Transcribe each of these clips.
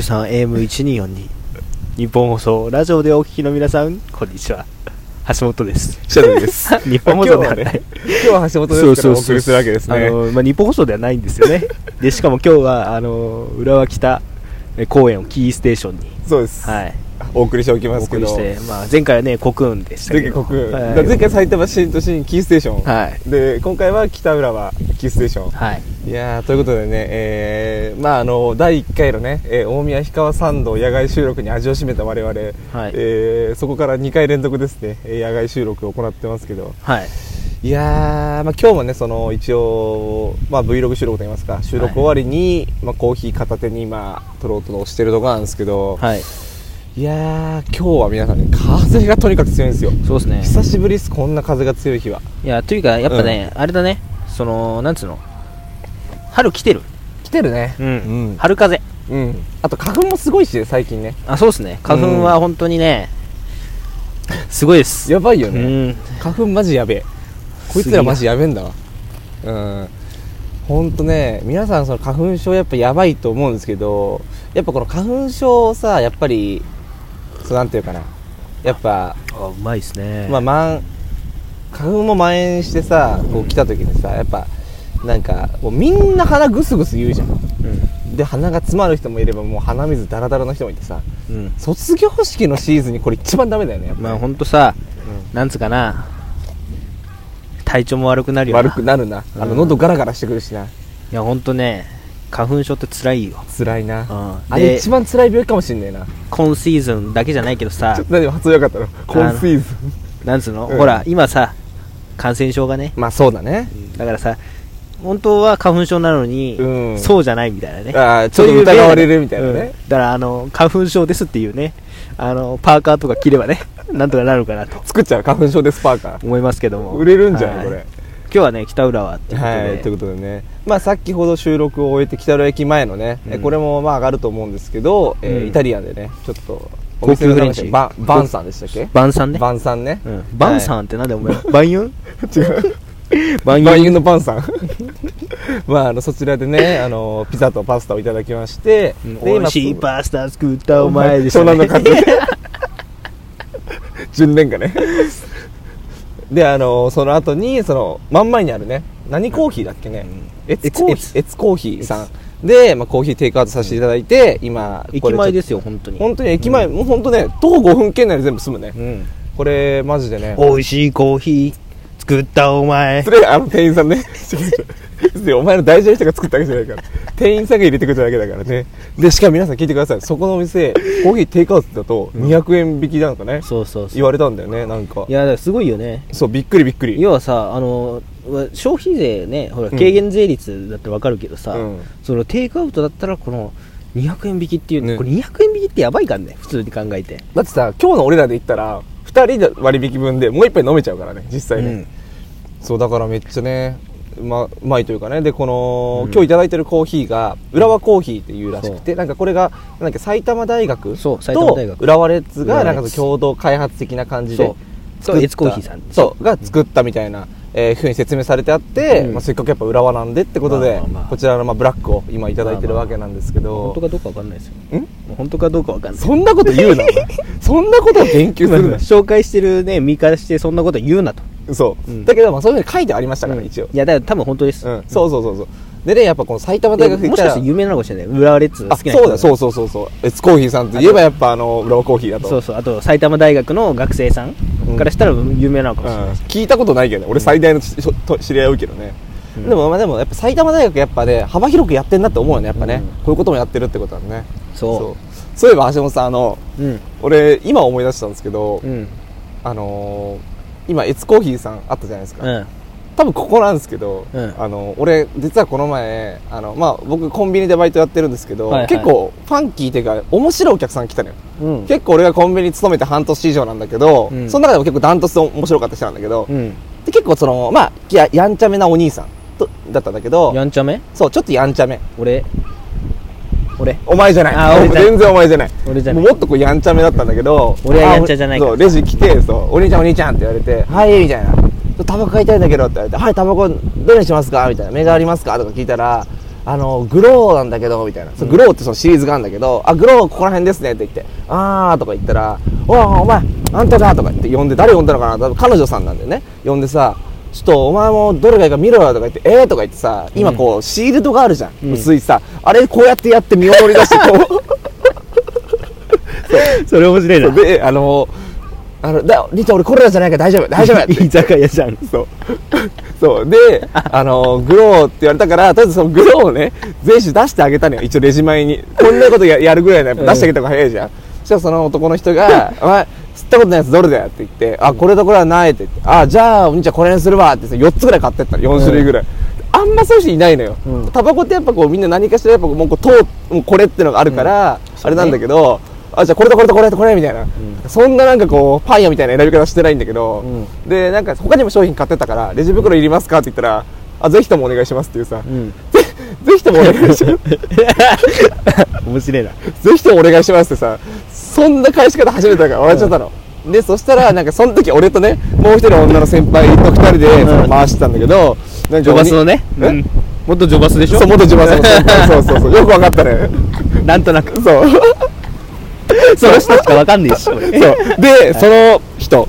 FM93AM1242 日本放送ラジオでお聞きの皆さんこんにちは橋本 ですシャドウです。日本放送ではない 今日は橋本ですからお送りするわけですあね。のまあ、日本放送ではないんですよ ねでしかも今日はあの浦和北え公園をキーステーションに、そうです。はい、お送りしておきおますけ送りど。して、まあ、前回はね国運でしたけ前回ど国軍、だはいから前回埼玉新都心キーステーション。はいで、今回は北浦和キーステーション。はいいやーということでね、えーまああの第1回のね、えー大宮氷川参道野外収録に味を占めた我々、はいえーそこから2回連続ですね、えー野外収録を行ってますけど、はいいやー、まあ、今日もね、その一応、まあ、Vlog 収録といいますか、収録終わりに、まあ、コーヒー片手に今、撮ろうとしてるとこなんですけど、はいい、やー、今日は皆さんね、風がとにかく強いんですよ、そうですね久しぶりです、こんな風が強い日は。いやというかやっぱね、あれだねそのなんつうの春来てる、来てるね、ううんん、春風うん、あと花粉もすごいし、最近ね、あそうですね花粉は本当にね、すごいですやばいようね。ん花粉マジやべえこいつらマジやべえんだわうんほんとね皆さんその花粉症やっぱやばいと思うんですけどやっぱこの花粉症をさやっぱりそうなんていうかなやっぱあうまいですねまあ、まん花粉も蔓延してさこう来た時にさやっぱなんかもうみんな鼻グスグス言うじゃんうで鼻が詰まる人もいればもう鼻水ダラダラの人もいてさん、うん、卒業式のシーズンにこれ一番ダメだよねやっぱね、まあ本当さうんなんつうかな体調も悪くなるよな悪くなるな、あうのん喉ガラガラしてくるしないや本当ね花粉症って辛いよ辛いな、うんあれで一番辛い病気かもしんないな今シーズンだけじゃないけどさちょっと何も発音よかったの今シーズンなんつうの、うんほら今さ感染症がねまあそうだねだからさ本当は花粉症なのに、うんそうじゃないみたいなねああちょっと疑われるみたいなそううね面、うんだからあの花粉症ですっていうねあのパーカーとか着ればね なんとかなるかなと作っちゃう花粉症ですパーカー思いますけども売れるんじゃない、はこれ今日はね北浦和っていうことで、はいということでねまあ先ほど収録を終えて北浦駅前のね、えうんこれもまあ上がると思うんですけど、えーうんイタリアンでねちょっとお高級店のフレン名前チでバンバンさんでしたっけ晩餐ねバンさんね、うん晩ん、餐ってなんでお 前晩ユン 違う晩万ン有のパンさん まああのそちらでねあのピザとパスタをいただきまして、で美味しい今パスタ作ったお前でし湘た南のね 風純恋歌ねであのその後にその真ん前にあるね何コーヒーだっけねうんエツコーヒエツーエツコーヒーさんで、まあ、コーヒーテイクアウトさせていただいて、今こ駅れ前ですすよ本当に本当に駅前、もう本当ね徒歩5分圏内で全部住むね、うんこれマジでね美味しいコーヒー作ったお前 それあの店員さんね違う違うでお前の大事な人が作ったわけじゃないから店員さんが入れてくれただけだからねでしかも皆さん聞いてくださいそこのお店コーヒーテイクアウトだと200円引きなのかね、そうそうそう言われたんだよねなんかいやだからすごいよねそうびっくりびっくり要はさあの消費税ねほらうん軽減税率だってわかるけどさ、うんそのテイクアウトだったらこの200円引きっていう、ねこれ200円引きってやばいからね普通に考えてだってさ今日の俺らで行ったら2人で割引分でもう一杯飲めちゃうからね実際ね、そうだからめっちゃねうまうまいというかねでこの、うん今日いただいてるコーヒーが浦和コーヒーっていうらしくてなんかこれがなんだっけ埼玉大学そう埼玉と大学浦和レッズが浦和なんレッズかその共同開発的な感じそでう作そうったエツコーヒーさんでしょそうが作ったみたいな、えーふうに説明されてあって、うんまあ、せっかくやっぱ浦和なんでってことで、まあまあまあこちらのまあブラックを今いただいてるわけなんですけど本当、かどうかわかんないですよん本当かどうかわかんないそんなこと言うなお前 そんなことを言及す今るな紹介してるね見返してそんなこと言うなとそう、うんだけどまあそういうふうに書いてありましたから、一応いやだから多分本当です、うん、そうそうそうそうでねやっぱこの埼玉で大学行もっしたからしたら有名なのかもしれない浦和レッズがあ好きな人そうだそうそうそうそうエツコーヒーさんといえばやっぱあのローコーヒーだとそうそうあと埼玉大学の学生さんうんからしたら有名なのかもうしれんないし、聞いたことないけどね俺最大のしと知り合い多いけどね、うんでもまあでもやっぱ埼玉大学やっぱね幅広くやってんなって思うよねやっぱね、うんこういうこともやってるってことだねそそうそういえば橋本さんあのううん俺今思い出したんですけど、うんあのー今エツコーヒーさんあったじゃないですか、うん多分ここなんですけど、うんあの俺実はこの前あの、まあ、僕コンビニでバイトやってるんですけど、はいはい結構ファンキーっていうか面白いお客さん来たのようん結構俺がコンビニ勤めて半年以上なんだけど、うんその中でも結構ダントツで面白かった人なんだけど、でうん結構そのまあややんちゃめなお兄さんとだったんだけどやんちゃめそうちょっとやんちゃめ俺俺お前じゃあない俺じゃない全然お前じゃない俺じゃなもいうもっとこうやんちゃめだったんだけど俺はやんちゃじゃないからそうレジ来てそう「お兄ちゃんお兄ちゃん」って言われて「はい」みたいな「ちょっとタバコ買いたいんだけど」って言われて「はいタバコどれにしますか?」みたいな「目がありますか?」とか聞いたらあの、グローなんだけど、みたいな。そうグローってそのシリーズがあるんだけど、あ、グローここら辺ですねって言って、あーとか言ったら、おいお前、あんただとか言って呼んで、誰呼んだのかな多分彼女さんなんだよね。呼んでさ、ちょっとお前もどれがいいか見ろよとか言って、えーとか言ってさ、今こう、シールドがあるじゃん。うん薄いさ、あれこうやってやって見守り出して、こう。それ面白いそうなであのあのだリト俺コロナじゃないから大丈夫大丈 夫って居酒屋じゃん そうそうであのグローって言われたからとりあえずそのグローをね全種出してあげたのよ一応レジ前にこんなことややるぐらいならやっぱ出してあげた方が早いじゃん、そしたらその男の人が「お前吸ったことないやつどれだよ」って言って「あこれとこれはない」って言って「あじゃあお兄ちゃんこれにするわ」ってさ4つぐらい買ってったの4種類ぐらい、あんまそういう人いないのよ、うんタバコってやっぱこうみんな何かしらやっぱもうこう通もうこれってのがあるから、あれなんだけど、あじゃあこれとこれとこれとこれみたいな、そんななんかこうパン屋みたいな選び方してないんだけど、うでなんか他にも商品買ってたからレジ袋いりますかって言ったらあぜひともお願いしますっていうさ、うんぜひともお願 いします面白いなぜひともお願いしますってさそんな返し方初めてだから笑っちゃったの、でそしたらなんかその時俺とねもう一人女の先輩と二人でその回してたんだけど、なんかジョバスのねえうんもっとジョバスでしょそう元ジョバスの 先輩そうそうそうよくわかったねなんとなくそうその人しかわかんねえし俺 そうで、その人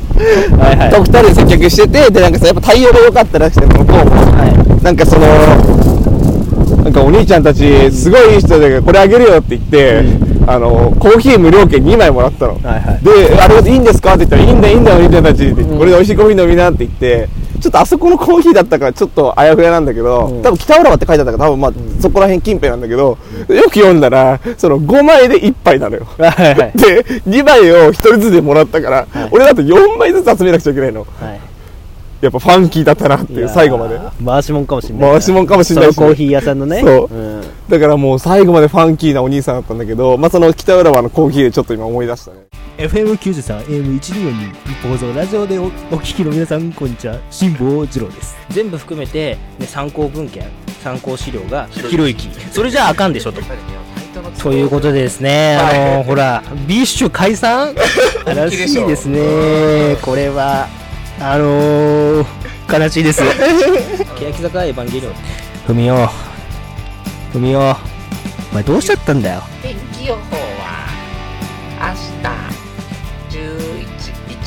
はいはいと二人で接客しててでなんかさやっぱ対応が良かったらしくて向こうも、はなんかそのなんかお兄ちゃんたちすごいいい人だけどこれあげるよって言って、あのコーヒー無料券2枚もらったの、はいはいで「あれいいんですか?」って言ったら「いいんだよいいんだよお兄ちゃんたち」って言ってこれで美味しいコーヒー飲みな」って言ってちょっとあそこのコーヒーだったからちょっとあやふやなんだけど、うん多分北浦和って書いてあったから多分まあ、そこら辺近辺なんだけどよく読んだらその5枚で1杯なのよはいはいで2枚を1人ずつでもらったから、俺だと4枚ずつ集めなくちゃいけないのはいやっぱファンキーだったなっていう最後までやー回しもんかもしれない回しもんかもしんないしそのコーヒー屋さんのねそうんだからもう最後までファンキーなお兄さんだったんだけどまあその北浦和のコーヒーでちょっと今思い出したね FM93 AM1242 日本放送ラジオでおお聞きの皆さんこんにちは辛坊治郎です全部含めて、ね、参考文献参考資料がひろゆきそれじゃああかんでしょと。ということでですね、あのほらビッシュ 解散悲しいですねこれはあのー、悲しいです 欅坂エヴァンゲリオンふみよふみよお前どうしちゃったんだよ天気予報は明日11 1月13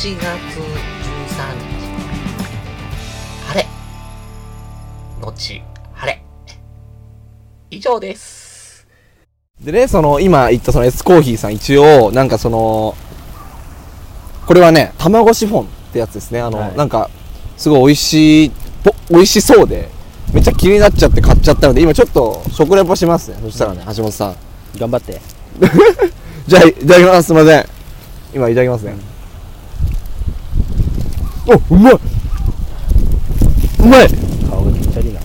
日晴れ後晴れ以上ですでねその今言ったその S コーヒーさん一応なんかそのこれはね卵シフォンってやつですねあの、はいなんかすごい美味しいぽ美味しそうでめっちゃ気になっちゃって買っちゃったので今ちょっと食レポしますねそしたらね、橋本さん頑張ってじゃあ、いただきます。すみません。今、いただきますね。お、うまいうまい顔がぴったりな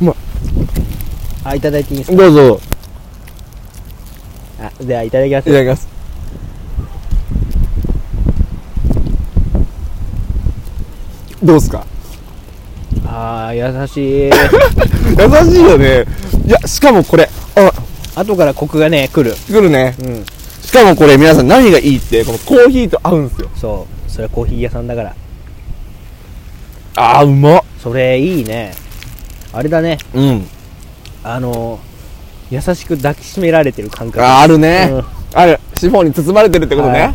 うまいあいただいていいですかどうぞ。あではいただきまいただすきます。どうですかあー優 しい優しいよね。いや、しかもこれ。あ、後からコクがね来る来るね。うんしかもこれ、皆さん何がいいって、このコーヒーと合うんですよ。そうそれはコーヒー屋さんだからあー、うまっ。それいいねあれだねうん。あの優しく抱きしめられてる感覚あー、あるね。うんある。シフォンに包まれてるってことはね。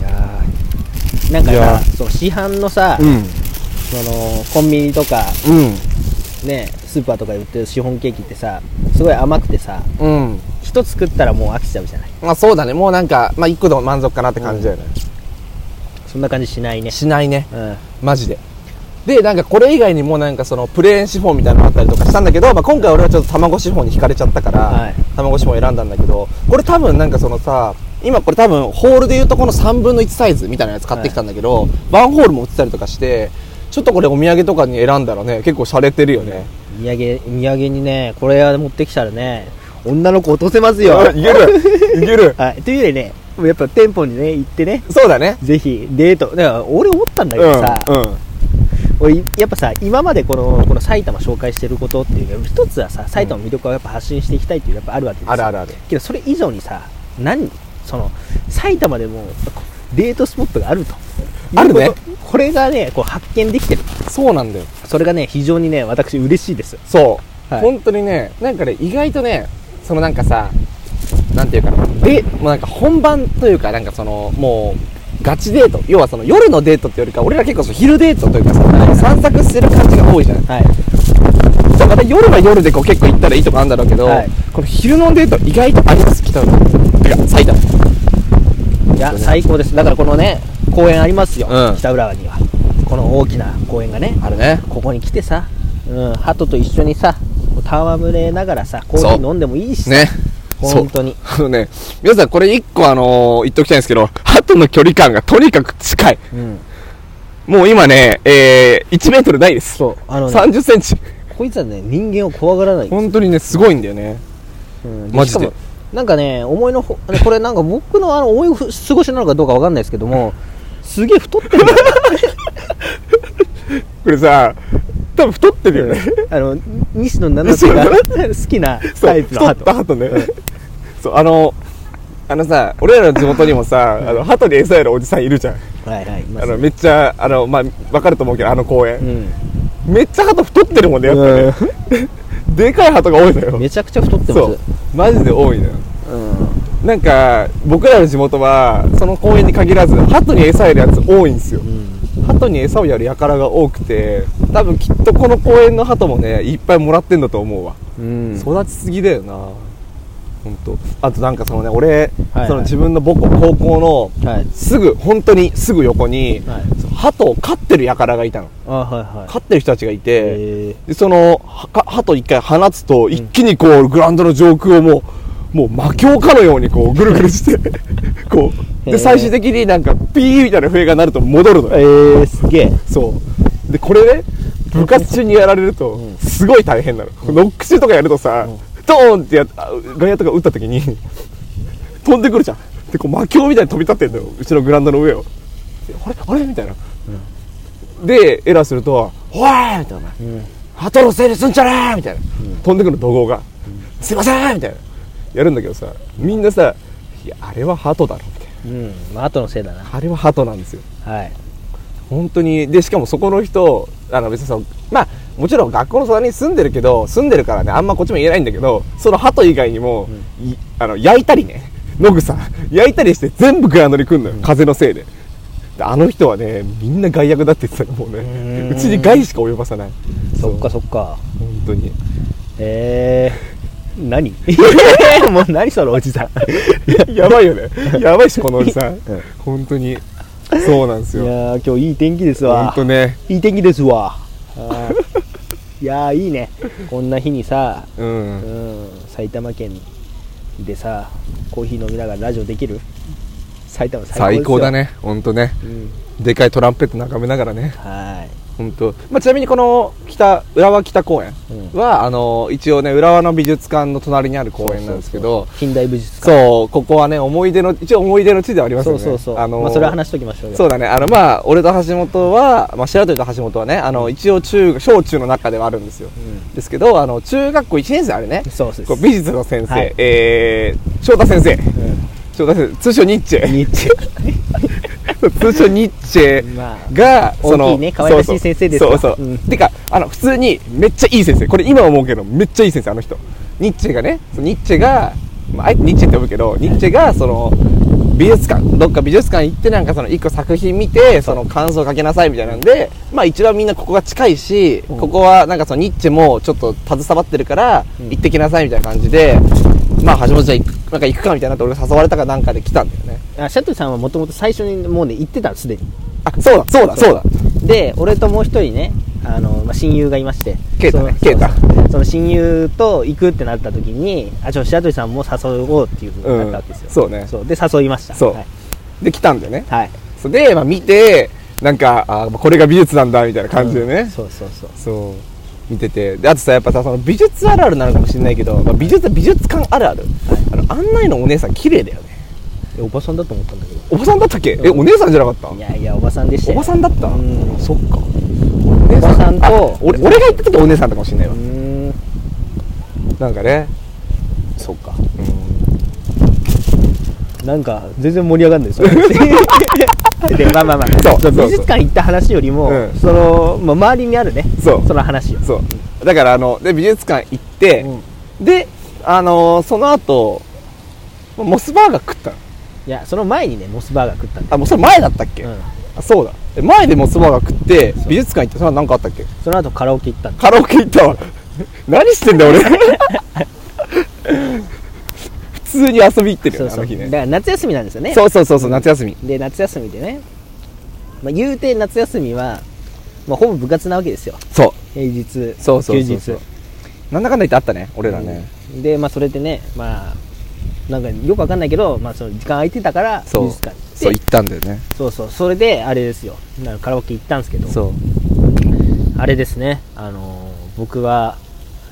いやーなんかいやさそう市販のさ、うん。そのコンビニとかうん。ねスーパーとかで売ってるシフォンケーキってさすごい甘くてさうん。一つ食ったらもう飽きちゃうじゃないまあそうだね。もうなんか、まあ一個でも満足かなって感じだよね。そんな感じしないねしないね。うんマジで。で、なんかこれ以外にもなんかそのプレーンシフォンみたいなのあったりとかしたんだけど、まあ今回俺はちょっと卵シフォンに惹かれちゃったから、はい卵シフォン選んだんだけど、これ多分なんかそのさ、今これ多分ホールでいうとこの3分の1サイズみたいなやつ買ってきたんだけど、ワンホールも売ってたりとかして、ちょっとこれお土産とかに選んだらね、結構洒落てるよね。土産土産にねこれは持ってきたらね女の子落とせますよ あいけるいけるはいというよりねやっぱ店舗にね行ってねそうだね。ぜひデートだから俺思ったんだうけどさ、ん。うん。俺やっぱさ今までこのこの埼玉紹介してることっていうか一つはさ埼玉の魅力をやっぱ発信していきたいっていうやっぱあるわけですよあるあるある。けどそれ以上にさ何その埼玉でもこデートスポットがあるとあるねいうことこれがねこう発見できてるそうなんだよ。それがね非常にね私嬉しいですそう、はい本当にねなんかね意外とねそのなんかさなんていうかなでもうなんか本番というかなんかそのもうガチデート要はその夜のデートってよりか俺ら結構その昼デートというかさ散策してる感じが多いじゃなはいいだから夜は夜でこう結構行ったらいいとこあるんだろうけど、はいこの昼のデート意外とあります北浦いや埼玉いや最高ですだからこのね公園ありますよ、うん北浦和にはこの大きな公園がねあるねここに来てさ、うん、鳩と一緒にさこう戯れながらさコーヒそーう飲んでもいいしさ、ねそう本当にあのね皆さんこれ一個あのー言っときたいんですけど鳩の距離感がとにかく近いうんもう今ね、えー、1メートルないですそうあのね30センチこいつはね人間を怖がらない、本当にねすごいんだよねうんマジでしかもなんかね思いのほこれなんか僕のあの思い過ごしなのかどうかわかんないですけどもすげえ太 ってるんだよこれさ多分太ってるよ ね、あの西野七瀬が好きなそうタイプの太った鳩鳩ね、そうあのあのさ俺らの地元にもさあの鳩に餌やるおじさんいるじゃんはいはいいまあすのめっちゃあのまあ分かると思うけどあの公う園、んめっちゃ鳩太ってるもんねやっぱね、 でかい鳩が多いのよめちゃくちゃ太ってまそうマジで多いのよすうんなんか僕らの地元はその公園に限らず鳩に餌やるやつ多いんですよ、鳩に餌をやる輩が多くて多分きっとこの公園の鳩もねいっぱいもらってんだと思うわ、うん育ちすぎだよな本当。あとなんかそのね俺、はいはいその自分の母校高校のはいすぐ本当にすぐ横に、はいその鳩を飼ってる輩がいたのあはいはい飼ってる人たちがいてえでそのはか鳩一回放つと一気にこうグラウンドの上空をもうもう魔境かのようにこうぐるぐるして こうへでー最終的になんかピーみたいな笛が鳴ると戻るのよえー、すげえそうでこれね部活中にやられるとすごい大変なの、ノック中とかやるとさ、ドーンってやあ外野とか打った時に飛んでくるじゃんでこう魔境みたいに飛び立ってんのようちのグラウンドの上をであれあれみたいな、でエラーすると「おい!」みたいな「ハトのせいにすんじゃねえ!」みたいな、飛んでくる怒号が「すいません!」みたいなやるんだけどさみんなさ「いやあれはハトだろ」みたいうんまあ後のせいだななあれはハトなんですよはい本当にでしかもそこの人あの別にそのまあもちろん学校の隣に住んでるけど住んでるからねあんまこっちも言えないんだけどその鳩以外にも、いあの焼いたりね野草焼いたりして全部グラウンドに来んのよ、風のせいでであの人はねみんな害悪だって言ってたよもうねうちに害しか及ばさないそっかそっか本当にえー、何 もう何そのおじさん やばい よねやばいしこのおじさん、ん本当にそうなんですいよやー今日いい天気です本わ当ねいい天気ですわあーいやーいいねこんな日にさ、ううんん、埼玉県でさコーヒー飲みながらラジオできる埼玉最高ですよ最高だ、ね本当ねうん、でかいトランペット眺めながらねは本当。まあ、ちなみにこの北浦和北公園は、あの一応ね浦和の美術館の隣にある公園なんですけどい近代武術そ館うここはね思い出の一応思い出の地ではありますよねそうそうそうあのまあ、それは話しときましょうよそうだねあのまあ俺と橋本は、まあ、白鳥と橋本はねあの一応中小中の中ではあるんですよ、ですけどあの中学校1年生あれねそうですこう美術の先生、はいえー、翔太先生、翔太先生通称ニッチェニッ チ通称ニッチェまあが、大きいね可愛らしい先生ですそうわそうそう、うんてかあの普通にめっちゃいい先生これ今思うけどめっちゃいい先生あの人ニッチェがねそのニッチェが、まあ、あえてニッチェって呼ぶけどニッチェがその美術館どっか美術館行ってなんかその一個作品見てその感想書きなさいみたいなんでまあ一番みんなここが近いし、ここはなんかそのニッチェもちょっと携わってるから行ってきなさいみたいな感じで、まあ橋本ちゃん行くなんか行くかみたいになって俺が誘われたかなんかで来たんだよねあシャトルさんはもともと最初にもうね行ってたすでにあそうだそうだそうだで俺ともう一人ねあの、まあ、親友がいましてケイタそねのケイタそうその親友と行くってなった時にあちょ白鳥さんも誘おうっていうふうになったわけですよ、うんそうねそうで誘いましたそうはい、で来たんだよねはいそうで、まあ、見てなんかあこれが美術なんだみたいな感じでね、うんそうそうそうそう見ててであとさやっぱさその美術あるあるなのかもしれないけど、まあ、美術美術館あるある、あの案内のお姉さん綺麗だよねえおばさんだと思ったんだけどおばさんだったっけえお姉さんじゃなかったいやいやおばさんでしたおよばさんだったうんそっかおおばさんと俺俺が行った時お姉さんだったかもしれないわうーんなんかねそうかなんか全然盛り上がんない ですよ でまあまあまあそうそうそう美術館行った話よりも、うんその、まあ、周りにあるねそうその話をそうだからあので美術館行って、うんであのその後モスバーガー食ったのいやその前にねモスバーガー食ったんだあもうそれ前だったっけ、よ、うん、あそうだえ前でモスバーガー食って美術館行ってそれは何かあったっけその後カラオケ行ったんだカラオケ行ったわ 何してんだ俺 普通に遊び行ってるよそうねあそのう日ねだから夏休みなんですよねそうそうそうそう夏休みで夏休みでね、まあ、言うて夏休みは、まあ、ほぼ部活なわけですよそう平日そうそうそうそ休う日なんだかんだ言ってあったね俺らね、うんでまあそれでねまあなんかよくわかんないけど、まあ、その時間空いてたからそう美術館そう行っ行てったんだよねそうそうそれであれですよなんかカラオケ行ったんですけどそあれですねあのー僕は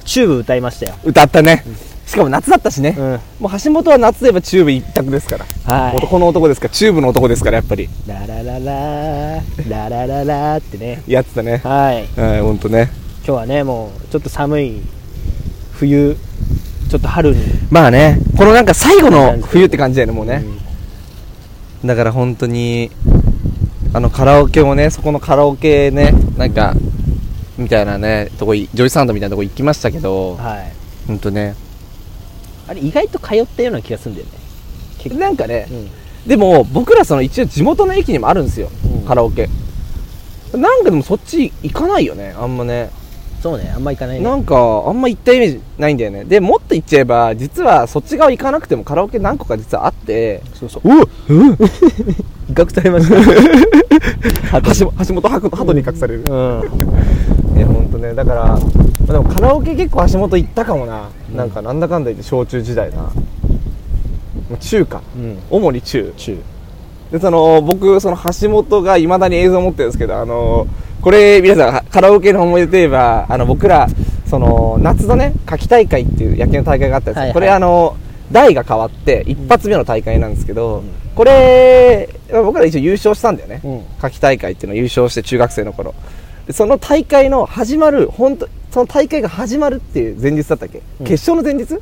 チューブ歌いましたよう歌ったね、しかも夏だったしね、うんもう橋本は夏といえばチューブ一択ですから、はい男の男ですからチューブの男ですからやっぱりララララーララララーってねやってたねはいはい本当ね今日はねもうちょっと寒い冬ちょっと春にまあねこのなんか最後の冬って感じだよねもうね、うんだから本当にあのカラオケもねそこのカラオケねなんかみたいなねとこいジョイサウンドみたいなとこ行きましたけどはい本当ねあれ意外と通ったような気がするんだよね結構なんかねうんでも僕らその一応地元の駅にもあるんですよ、うんカラオケなんかでもそっち行かないよねあんまねそうねあんま行かないねなんかあんま行ったイメージないんだよねでもっと行っちゃえば実はそっち側行かなくてもカラオケ何個か実はあってそうそううわ威嚇されました 橋本橋本ハトに隠されるうんいや本当ねだからまあでもカラオケ結構橋本行ったかもな、なんかなんだかんだ言って小中時代なもう中かうん主に中でその僕その橋本がいまだに映像持ってるんですけどあのこれ皆さんはカラオケの思い出といえばあの僕らその夏のね夏季大会っていう野球の大会があったんですよ、はいはいこれあの代が変わって一発目の大会なんですけど、これまあ僕ら一応優勝したんだよね、うん夏季大会っていうのを優勝して中学生の頃でその大会の始まる本当その大会が始まるっていう前日だったっけ、決勝の前日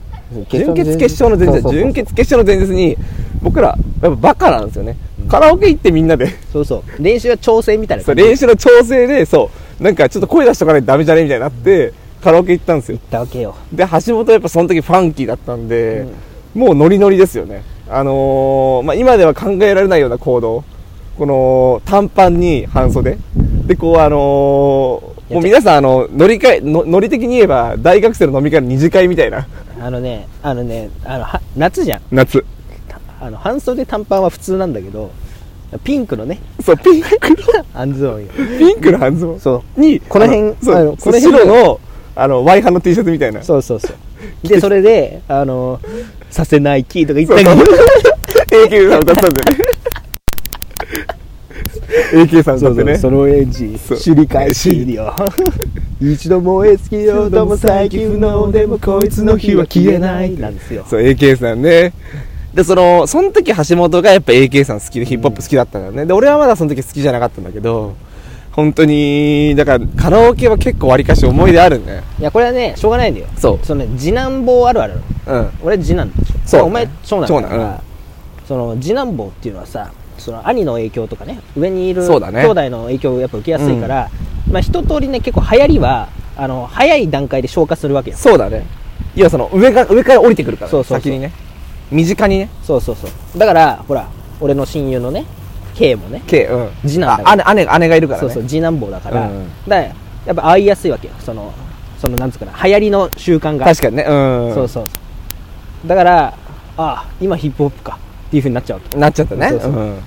準決決勝の前日だ準決決勝の前日に僕らやっぱバカなんですよね、カラオケ行ってみんなでそうそう練習は調整みたいなそう感じ練習の調整でそうなんかちょっと声出しとかないとダメじゃねみたいになってカラオケ行ったんですよだわけよで橋本はやっぱその時ファンキーだったんで、もうノリノリですよねあのーまあ、今では考えられないような行動この短パンに半袖でこうあのーもう皆さんあの乗り換えのノリ的に言えば大学生の飲み会の二次会みたいなあのねあのねあのは夏じゃん夏たあの半袖短パンは普通なんだけどピンクのねそう ピンクアンズオンよピンクの半ズボンそにこの辺そうあのそこうの辺白のあのワイハの T シャツみたいなうそうそうそうでそれであのさせないキーとか言ったけど AKB さん歌ってたんだよね AKB さん歌そっうてそうねそのエンジンそう知り返しいいよ一度燃え尽きようとも最近不能でもこいつの火は消えないなんですよそう、AK さんね。で、その、その時橋本がやっぱ AK さん好きで、ヒップホップ好きだったんだよね。で、俺はまだその時好きじゃなかったんだけど、本当に、だからカラオケは結構わりかし思い出あるね。いやこれはねしょうがないんだよそそのね次男坊あるあるなのう。うん。俺次男でしょそうお前長男だか長ら男その次男坊っていうのはさその兄の影響とかね上にいる兄そうだね弟の影響をやっぱ受けやすいから、まあ一通りね結構流行りはあの早い段階で消化するわけよそうだね。要はその、上が、上から降りてくるから、そうそうそう先にね。身近にね。そうそうそうだからほら俺の親友のね K もね K、うん。次男だかあら姉、姉、姉がいるからそね。うそう次男坊だから、うんうんだからやっぱ会いやすいわけよそのそのなんつうかな流行りの習慣が確かにね。うん。そうそうそうだからああ今ヒップホップかっていうふうになっちゃうわけなっちゃったね。そうそううん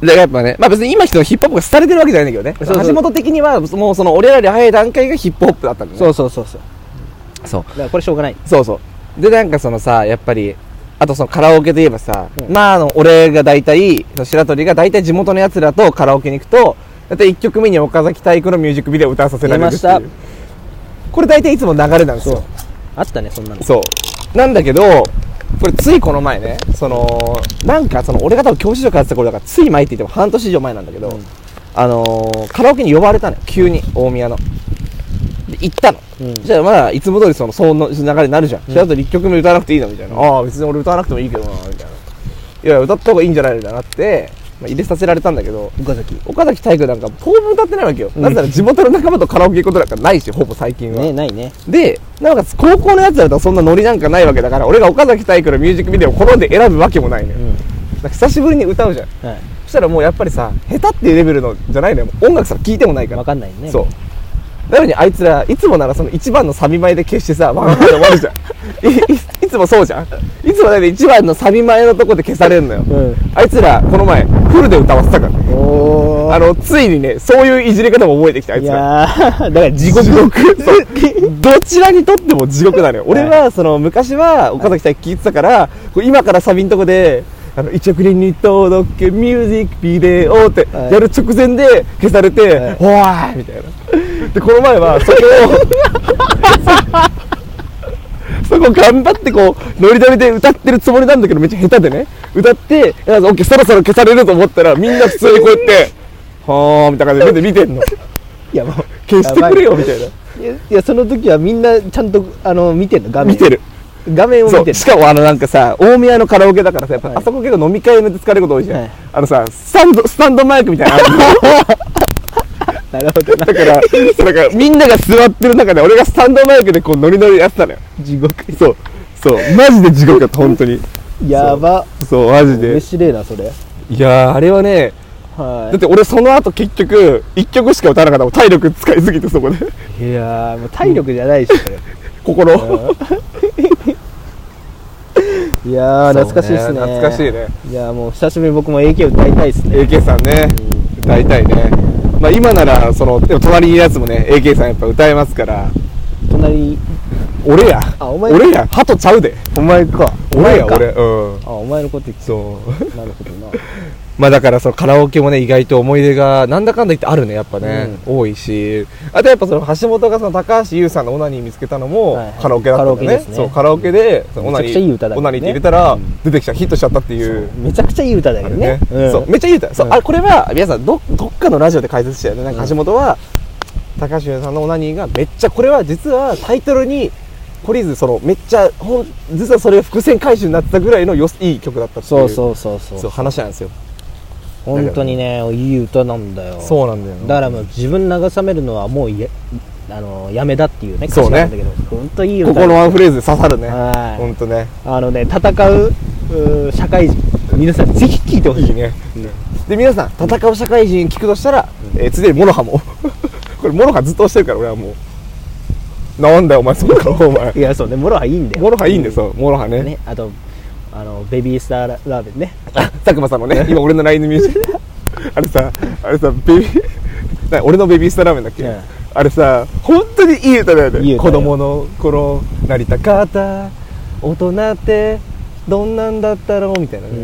でやっぱね、まあ別に今人のヒップホップが廃れてるわけじゃないんだけどね。そうそう橋本的には、もうその俺らより早い段階がヒップホップだったんだよね。そうそうそうそうそうだからこれしょうがないそうそう。で、なんかそのさ、やっぱり、あとそのカラオケといえばさ、うんまあ、あの、俺が大体、その白鳥が大体地元の奴らとカラオケに行くと、だいたい1曲目に岡崎体育のミュージックビデオを歌わさせられるっていう出ましこれ大体いつも流れなんですよ。あったねそんなのそう。なんだけど、これついこの前ね、その、なんかその、俺が多分教師長からやってた頃だから、つい前って言っても半年以上前なんだけど、あのーカラオケに呼ばれたのよ、急に、大宮の。で、行ったの。うんじゃあまだいつも通りその、その流れになるじゃん。それだと1曲目歌わなくていいのみたいな。ああ、別に俺歌わなくてもいいけどな、みたいな。いや歌った方がいいんじゃないのかなって、まあ、入れさせられたんだけど岡崎岡崎体育なんか当分歌ってないわけよ、なぜなら地元の仲間とカラオケ行くことなんかないしほぼ最近は、ねないねでなおかつ高校のやつらとはそんなノリなんかないわけだから俺が岡崎体育のミュージックビデオを転んで選ぶわけもないのよ、うんなんか久しぶりに歌うじゃんはそしたらもうやっぱりさ下手っていうレベルのじゃないのよ音楽さ聴いてもないいからわかんないねそうなのにあいつらいつもならその1番のサビ前で消してさワンワンで終わるじゃんいいいつもそうじゃんいつもだって1番のサビ前のとこで消されるのよ、うんあいつらこの前フルで歌わせたからねおあのついにねそういういじり方も覚えてきたあいいつらやーだ から地獄そうどちらにとっても地獄なのよ俺はその昔は岡崎体育聞いてたからこう今からサビんとこで「あの1億人に届けミュージックビデオ」ってはいやる直前で消されて「おーい!」みたいなでこの前はそこを そこ頑張ってこうノリノリで歌ってるつもりなんだけどめっちゃ下手でね歌って「オッケーそろそろ消される」と思ったらみんな普通にこうやって「はーみたいな感じで目で見てんのいやもう消してくれよみたいなないやいやその時はみんなちゃんとあの見てるの画面見てる画面を見そてうるしかもあのなんかさ大宮のカラオケだからさやっぱ、はいあそこ結構飲み会で使われること多いじゃん、はいあのさスタンドスタンドマイクみたいなのあ るのなるほどなだからそうだからみんなが座ってる中で俺がスタンドマイクでこうノリノリやってたのよ地獄そうそうマジで地獄だった本当にやばそうマジで面白いなそれいやーあれはねだはって俺その後結局1曲しか歌わなかったもん体力使いすぎてそこで いいやーもう体力じゃないしそれ心いやー懐かしいっすねそう懐かしいねいやーもう久しぶりに僕も AK 歌いたいっすね AK さんね歌いたいねまあ今ならそのでも隣にいるやつもね AK さんやっぱ歌えますから隣俺やあお前俺や鳩ちゃうでお前か俺お前やか俺うんあお前のこと言ってそうなるほどなまあだからそのカラオケもね意外と思い出がなんだかんだ言ってあるねやっぱね、多いしあとやっぱその橋本がその高橋優さんのオナニー見つけたのもはいはいカラオケだったんだよね,、カラオケですねそうカラオケでそのオナニめちゃくちゃいい歌だけーオどねナニーって入れたら出てきたヒットしちゃったっていうめちゃくちゃいい歌だけどねあれねんそうめっちゃいい歌そう、うんあれこれは皆さんどどっかのラジオで解説したよねなんか橋本は、高橋優さんのオナニーがめっちゃこれは実はタイトルに懲りずそのめっちゃほん実はそれが伏線回収になってたぐらいのよいい曲だったっていそううそうそうそうそう話なんですよ本当にねいい歌なんだよそうなんだよだからもう自分慰めるのはもうやあのやめだっていうねそう歌ね詞なんだけど本当いい歌ここのワンフレーズで刺さるねはい本当ねあのね戦ううー社会人皆さんぜひ聴いてほしいいいね、で皆さん戦う社会人聞くとしたら、えー、常にモノハも これモノハずっと押してるから俺はもうなんだよお前その顔お前いやそうねモロハいいんだよモロハいいんですよ、モロハねねあとあのベビースターラーメンね佐久間さんのね、今俺の LINE のミュージック。あれさ、あれさ、ベビー、な俺のベビースターラーメンだっけ、うんあれさ、本当にいい歌だよね。いい歌子よ供の頃、なりたかった、大人って、どんなんだったろうみたいなね。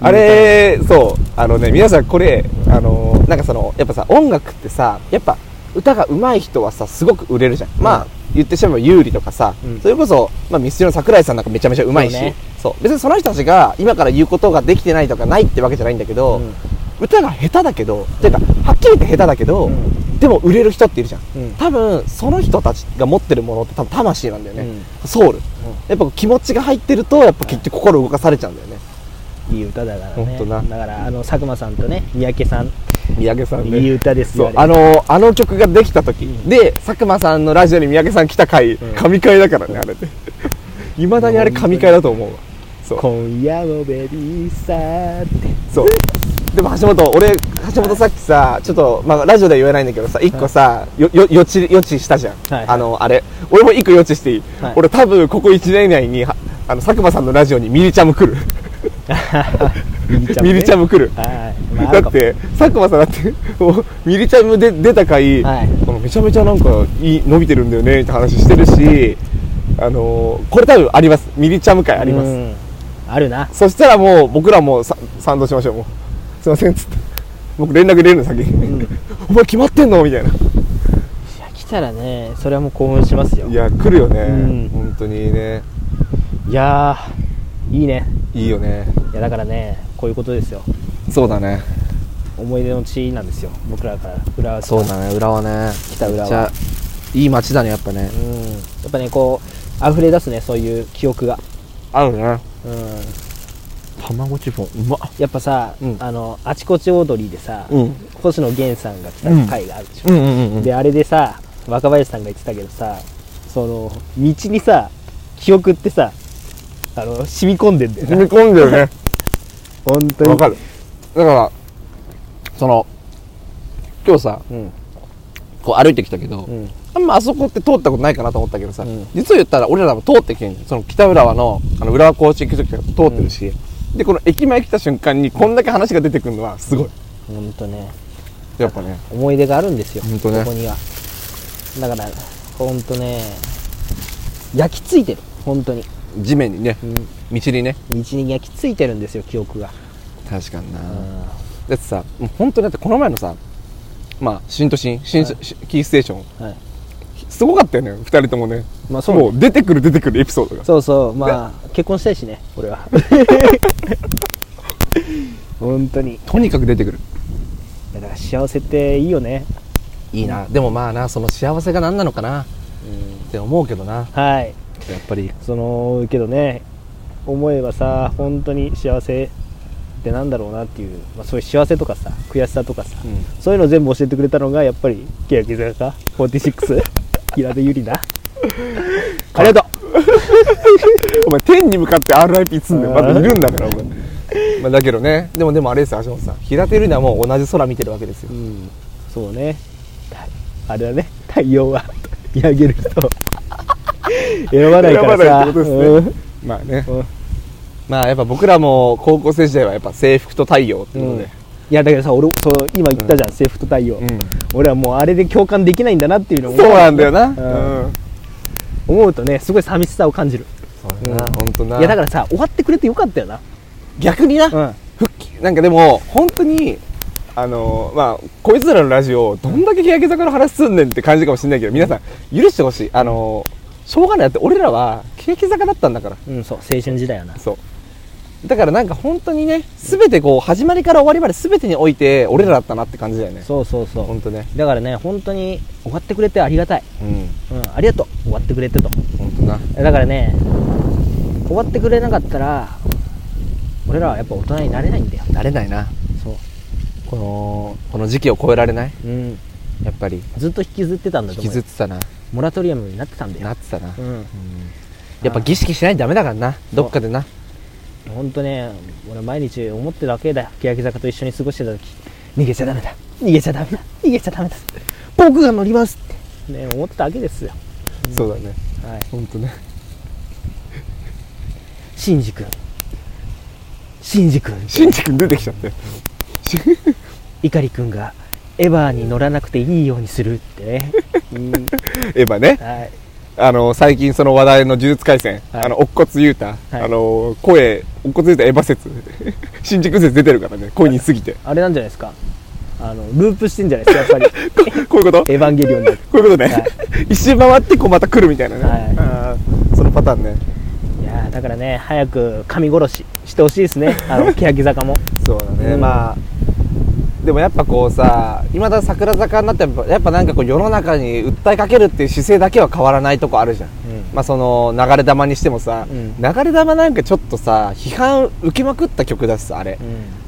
あれそうあのね皆さんこれあのなんかそのやっぱさ音楽ってさやっぱ歌が上手い人はさすごく売れるじゃん、まあ言ってしまえば有利とかさ、うんそれこそ、まあ、ミスチルの桜井さんなんかめちゃめちゃ上手いしそそうう,、ね別にその人たちが今から言うことができてないとかないってわけじゃないんだけど、うん歌が下手だけどていうかはっきり言って下手だけど、うんでも売れる人っているじゃん、うん多分その人たちが持ってるものって多分魂なんだよね、うソウル、やっぱ気持ちが入ってるとやっぱ結局心動かされちゃうんだよねいい歌だからねほんとなだからあの佐久間さんとね三宅さん三宅さんねいい歌ですそようあのあの曲ができた時、で佐久間さんのラジオに三宅さん来た回、神回だからねあれ いまだにあれ神回だと思うわそう今夜もベビースターってそうでも橋本俺橋本さっきさちょっと、まあ、ラジオでは言えないんだけどさ一個さ、よよ予知予知したじゃん、はいあのあれ俺も一個予知していい、はい俺多分ここ1年以内にはあの佐久間さんのラジオにミリチャム来るミリ ミリチャムム来るねはい、まあ、あるだかっもて佐久間さんだってもうミリチャムで出た回、はいこのめちゃめちゃなんかいい伸びてるんだよねって話してるしあのーこれ多分ありますミリチャム回あります、うんあるなそしたらもう僕らもさ賛同しましょうもうすいませんっつって僕連絡入れるの先に、お前決まってんのみたいないいや来たらねそれはもう興奮しますよいやや来るよね、うん本当にねーいいねいいよねいやだからねこういうことですよそうだね思い出の地なんですよ僕らから浦和そうだね浦和ね北浦和じゃあいい街だねやっぱねうんやっぱねこう溢れ出すねそういう記憶があるねうんたまごちフォンうまっやっぱさ、うんあのあちこちオードリーでさ、うん星野源さんが来た回があるでしょ、うんうんうんであれでさ若林さんが言ってたけどさその道にさ記憶ってさあの染み込んでんだよ染ねみ込んでるね本当にわかるだからその今日さ、んこう歩いてきたけど、んあんまあそこって通ったことないかなと思ったけどさ、ん実を言ったら俺らも通ってきてんその北浦和のあの浦和高地行く時から通ってるし、でこの駅前来た瞬間にこんだけ話が出てくるのはすごい本当ねやっぱね思い出があるんですよほんとねここにはだから本当ね焼き付いてる本当に地面にね、道にね道に焼き付いてるんですよ記憶が確かにな、だってさもう本当にだってこの前のさまあ新都心新、しキーステーションはいすごかったよね2人ともね,、まあそうねもう出てくる出てくるエピソードがそうそうまあ結婚したいしね俺は 本当にいとにかく出てくるやだから幸せっていいよねいいなでもまあなその幸せが何なのかなって思うけどなはいやっぱりそのけどね思えばさ本当に幸せってなんだろうなっていう、まあ、そういう幸せとかさ悔しさとかさ、んそういうの全部教えてくれたのがやっぱり欅坂46 平手友梨なありがとうお前天に向かって RIP 積んでまだいるんだからお前まあだけどねでもでもあれですよ橋本さん平手るにはもう同じ空見てるわけですようんそうねたあれだね太陽は見上げる人を選ばないから選ばさないってことですねうんまあねうんまあやっぱ僕らも高校生時代はやっぱ制服と太陽っていうのうんでいやだけどさ俺そう今言ったじゃん、制服と太陽、うん俺はもうあれで共感できないんだなっていうのをそうなんだよなうんうん思うとねすごい寂しさを感じるそうだな本当ないやだからさ終わってくれてよかったよな逆になうん復帰なんかでも本当にあのまあこいつらのラジオどんだけ欅坂の話すんねんって感じかもしれないけど皆さん許してほしいあのしょうがないだって俺らは欅坂だったんだからうんそう青春時代やなそうだからなんか本当にね全てこう始まりから終わりまで全てにおいて俺らだったなって感じだよねそうそうそう本当ねだからね本当に終わってくれてありがたい、うんうん、ありがとう終わってくれてと本当なだからね終わってくれなかったら俺らはやっぱ大人になれないんだよ慣れないなそうこのこの時期を超えられないうんやっぱりずっと引きずってたんだ引とき思うずっよてたなモラトリアムになってたんだよなってたなうんやっぱ儀式しないとダメだからなどっかでな本当ね俺毎日思ってるわけだよ欅坂と一緒に過ごしてた時逃げちゃダメだ逃げちゃダメだ逃げちゃダメだ僕が乗りますってね思ってたわけですよそうだねはい本当ねシンジ君シンジ君しんじ君出てきちゃったよイカリ君がエヴァに乗らなくていいようにするってね うんエヴァねはいあの最近その話題の呪術廻戦、はいあの乙骨雄太、あの声乙骨雄太エヴァ説 新宿説出てるからね恋にすぎてあれなんじゃないですかあのループしてんじゃないですかやっ ぱりこういうことエヴァンゲリオンでこういうことね、はい 一周回ってこうまた来るみたいなね、はいあーそのパターンねいやーだからね早く神殺ししてほしいです ねあの欅坂もそうだね、うんまあでもやっぱこうさいまだ桜坂になってもやっぱなんかこう世の中に訴えかけるっていう姿勢だけは変わらないとこあるじゃん、まあその流れ玉にしてもさ、うん流れ玉なんかちょっとさ批判受けまくった曲だしさあれ、うん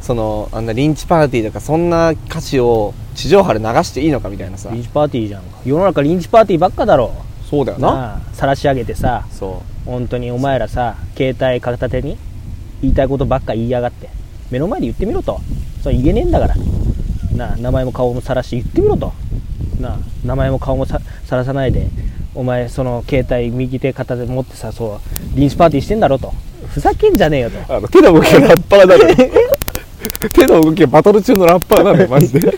そのあんなリンチパーティーとかそんな歌詞を地上波で流していいのかみたいなさリンチパーティーじゃんか世の中リンチパーティーばっかだろそうだよななあ晒し上げてさそ本当にお前らさ携帯片手に言いたいことばっか言いやがって目の前で言ってみろとそれ言えねえんだからなあ名前も顔も晒して言ってみろとなあ名前も顔もさ晒さないでお前その携帯右手片手持ってさそうリンチパーティーしてんだろとふざけんじゃねえよとうあの手の動きがラッパーなのよ手の動きがバトル中のラッパー なのよマジで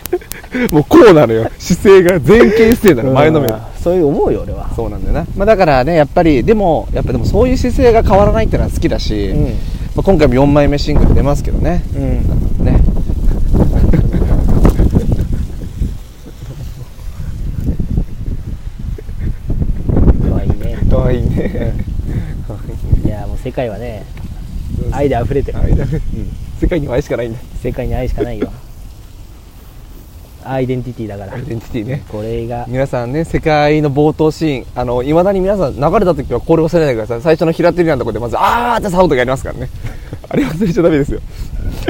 もうこうなのよ姿勢が前傾姿勢なの前のめりうんそういう思うよ俺はそうなんだよな、まあ、だからねやっぱりでもやっぱでもそういう姿勢が変わらないっていうのは好きだし、うんまあ、今回も4枚目シングル出ますけどねうんね可愛いねかわいいねいやもう世界はね愛で溢れてる愛だね世界には愛しかないんだ世界に愛しか ないよアイデンティティだからアイデンティティねこれが皆さんね世界の冒頭シーンあのいま だに皆さん流れた時はこれ忘れないでください最初の平手リアのところでまず「あー」ってサウンドがありますからねああれ忘れちゃダメですよ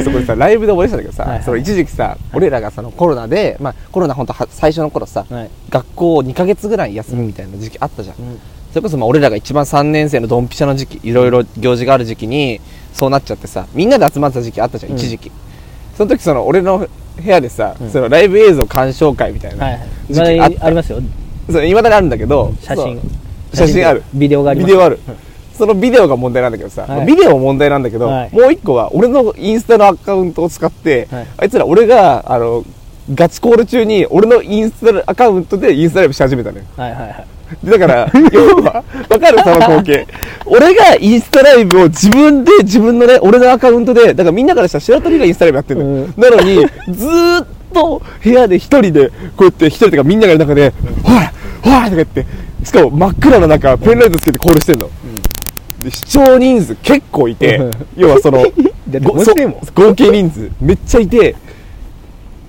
そこでさライブで思い出したんだけどさ、はいはいその一時期さ俺らがそのコロナで、まあ、コロナ本当は最初の頃さ、はい学校2ヶ月ぐらい休みみたいな時期あったじゃん、んそれこそまあ俺らが一番3年生のドンピシャの時期いろいろ行事がある時期にそうなっちゃってさみんなで集まってた時期あったじゃん、うん一時期その時その俺の部屋でさ、そのライブ映像鑑賞会みたいな、はい時まだ期にあったありますよそういまだにあるんだけど写真そう写真あるビデオがありビますデオあるそのビデオが問題なんだけどさ、はいビデオも問題なんだけど、はいもう一個は俺のインスタのアカウントを使って、はいあいつら俺があのガチコール中に俺のインスタアカウントでインスタライブし始めたのよはいはいはいでだから 要はわかるその光景 俺がインスタライブを自分で自分のね俺のアカウントでだからみんなからしたら白鳥がインスタライブやってるのよ、なのにずーっと部屋で一人でこうやって一人とかみんながいる中で「ほらほら!」とか言ってしかも真っ暗の中ペンライトつけてコールしてんの、で視聴人数結構い て、要はそのごそ合計人数めっちゃいて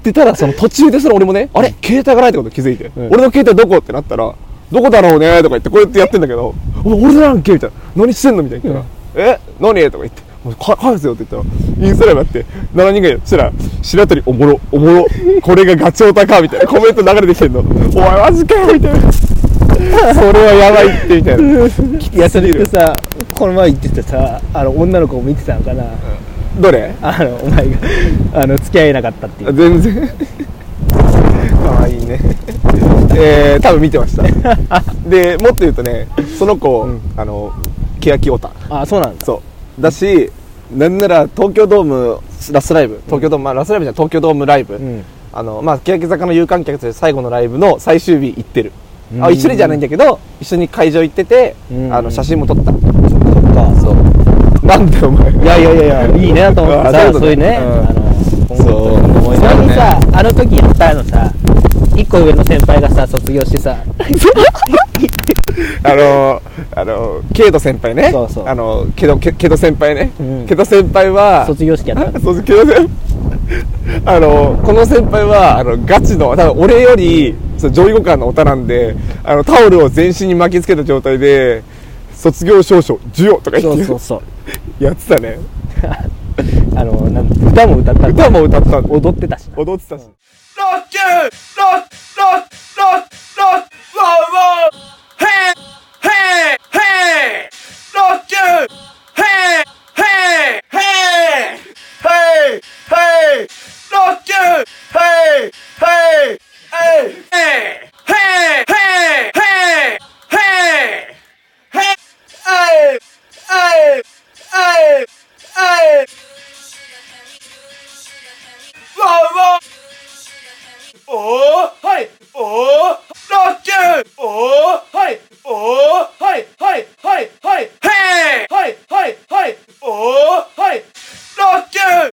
でただその途中でその俺もねあれ携帯がないってこと気づいて、俺の携帯どこってなったらどこだろうねとか言ってこうやってやってんだけど「お前俺なんけ?」みたいな「何してんの?」みたいな言ったら「え何?」とか言って「もうか返せよ」って言ったらインスタライブやって7人ぐらいそしたら「白鳥おもろおもろこれがガチオタか」みたいなコメント流れてきてんの「お前マジかよ」みたいな「それはやばいって」みたいなはいやそれってさこの前言ってたさあの女の子を見てたのかな、どれあのお前が あの付き合えなかったっていう全然可愛いねえー、多分見てました でもっと言うとねその子、あの欅オタあそうなんだそうだしなんなら東京ドームラストライブ東京ドーム、まあ、ラストライブじゃない東京ドームライブ、んあのまあ欅坂の有観客という最後のライブの最終日行ってる、あ一緒にじゃないんだけど一緒に会場行ってて、うんあの写真も撮った、そうなんでお前いやいやいやいやいいなと思ってあさそそうういいううことねね、うんあのそう思いち出なあるみねにさあの時やったのさ一個上の先輩がさ卒業してさあのあのケイト先輩ねそうそうあのケドケケド先輩ね、うんケド先輩は卒業式やった のあそうケド先輩あのこの先輩はあのガチの多分俺よりそう上位互換のオタなんであのタオルを全身に巻きつけた状態で卒業証書授与とか言そってうそうそうやってたねあのなん歌も歌った歌も歌った踊踊ってたしな踊ってたし、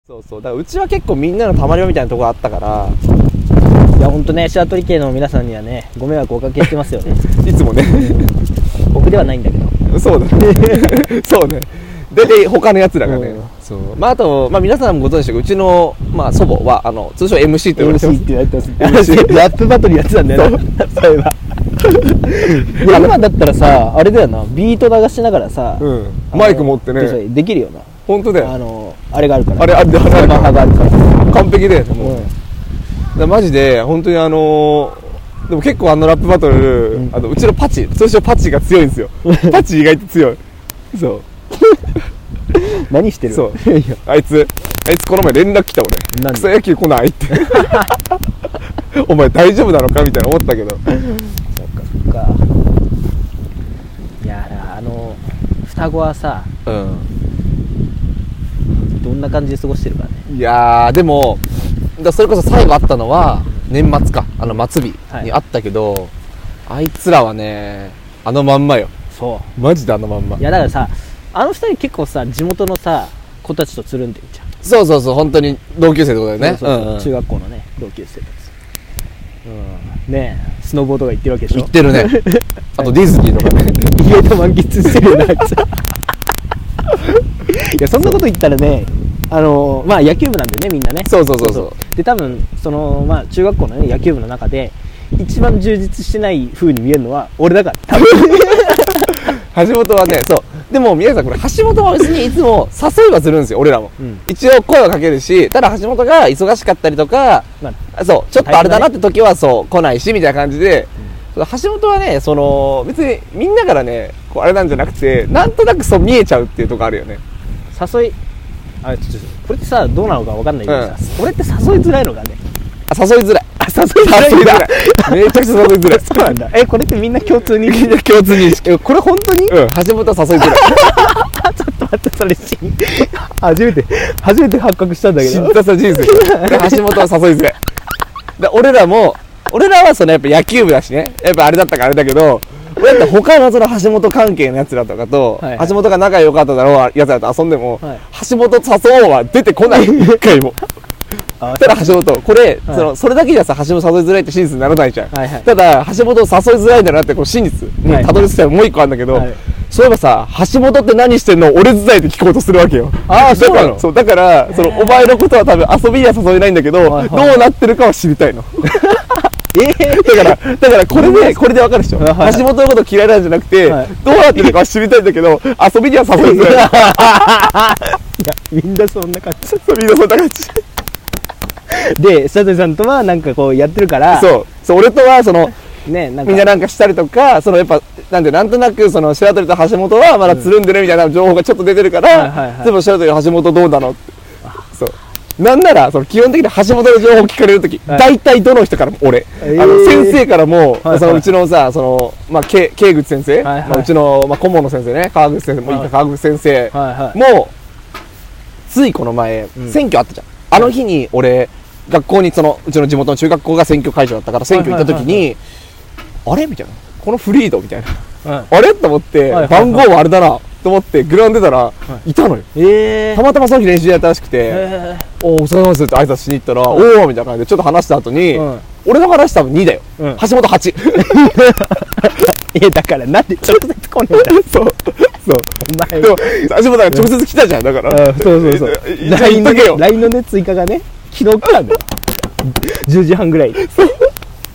そうそうだからうちは結構みんなのたまり場みたいなところあったからいや本当ね白鳥系の皆さんにはねご迷惑をおかけしてますよ ねいつもね僕ではないんだけどそうだねそうね大体他のやつらがね、うんそうまああと、まあ、皆さんもご存知でしょうけどうちの、まあ、祖母はあの通称 MC って言われてま MC すって言われてますラップバトルやってたんだよな そういえばいや今だったらさあれだよなビート流しながらさ、うんあのマイク持ってそうそねうできるよな本当だあよのあれがあるからあれあれあれあれサーバーがあるから完璧だよもう、うんだからマジで本当にあのーでも結構あのラップバトル、うあのうちのパチ通称パチが強いんですよパチ意外と強いそう何してるそうあいつあいつこの前連絡来た俺何草野球来ないって お前大丈夫なのかみたいな思ったけどうかいやあの双子はさうんどんな感じで過ごしてるかねいやーでもだそれこそ最後あったのは年末かあの末日はいにあったけど、あいつらはねあのまんまよそマジであのまんまいやだからさあの二人結構さ地元のさ子たちとつるんでるじゃんそうそうそう本当に同級生ってことだよねそうそうそううんうん中学校のね同級生たちうんねえスノボーとか行ってるわけでし行ょってるねあとディズニーとかね意外と満喫してるよなあいつ いやそんなこと言ったらねあのまあ野球部なんだよねみんなねそうそうそうそうで多分その、まあ、中学校の、ね、野球部の中で一番充実してない風に見えるのは俺だから多分橋本はねそうでも宮根さんこれ橋本は別にいつも誘いはするんですよ俺らも、うん一応声はかけるしただ橋本が忙しかったりとかまあそうちょっとあれだなって時はそう来ないしみたいな感じで、橋本はねその別にみんなからねこうあれなんじゃなくてなんとなくそう見えちゃうっていうとこあるよね誘いあちょっとこれってさどうなのか分かんないけどさ、これって誘いづらいのかねあ誘いづらいあ 誘いづらいめちゃくちゃ誘いづらいそうなんだ えこれってみんな共通にちょ共通認識これ本当にうん橋本は誘いづらいっと待ってそれし初めて初めて発覚したんだけ新ど田さん人生 で 橋本は誘いづらいで俺らも俺らはそのやっぱ野球部だしねやっぱあれだったからあれだけど俺だって他のその橋本関係のやつらとかと、はいはい橋本が仲良かっただろうやつらと遊んでも、はい橋本誘おうは出てこない一回もあただ橋本これ、はいそのそれだけじゃさ橋本誘いづらいって真実にならないじゃん、はいはいただ橋本を誘いづらいんだなってこう真実はにいたどり着いたらもう一個あるんだけど、はいそういえばさ橋本って何してんの俺伝えて聞こうとするわけよあーそうなのだからそうだからそのお前のことは多分遊びには誘えないんだけど、はいはいどうなってるかは知りたいのえだからだからこれでこれでわかるでしょ、はいはい橋本のこと嫌いなんじゃなくて、はいどうなってるかは知りたいんだけど遊びには誘いづ らいいやみんなそんな感そうみんなそんな感じじで佐藤さんとはなんかこうやってるからそうそう俺とはそのねなんかみんななんかしたりとか、そのやっぱ、なんで、なんとなく、その白鳥と橋本はまだつるんでるみたいな情報がちょっと出てるかはいはいはら、いでも白鳥と橋本どうなのって。そう。なんなら、その基本的に橋本の情報を聞かれるとき、はい大体どの人からも俺、えーあの先生からも、はいはいそのうちのさ、その、まあ、け慶口先生、はいはいまあ、うちの、まあ、顧問の先生ね、川口先生もいいか、はい川口先生はいはいもう、ついこの前、選挙あったじゃん。あの日に俺、学校にその、うちの地元の中学校が選挙会場だったから、選挙行った時に、あれみたいな。このフリードみたいな。はあれと思って、はいはい番号はあれだな。と思って、グラウンド出たら、い、たのよ。えたまたまその日練習やったらしくて、えおーお疲れ様ですって挨拶しに行ったら、おおみたいな感じでちょっと話した後に、うん俺の話多分2だよ。うん橋本8。 えだからなんで直接来ねえんだそう。そう。お前でも、橋本が直接来たじゃん、だから。うんそうそうそういいじゃあ LINE 言っのとけねよ。 LINE のね追加がね昨日からだよ10時半ぐらいに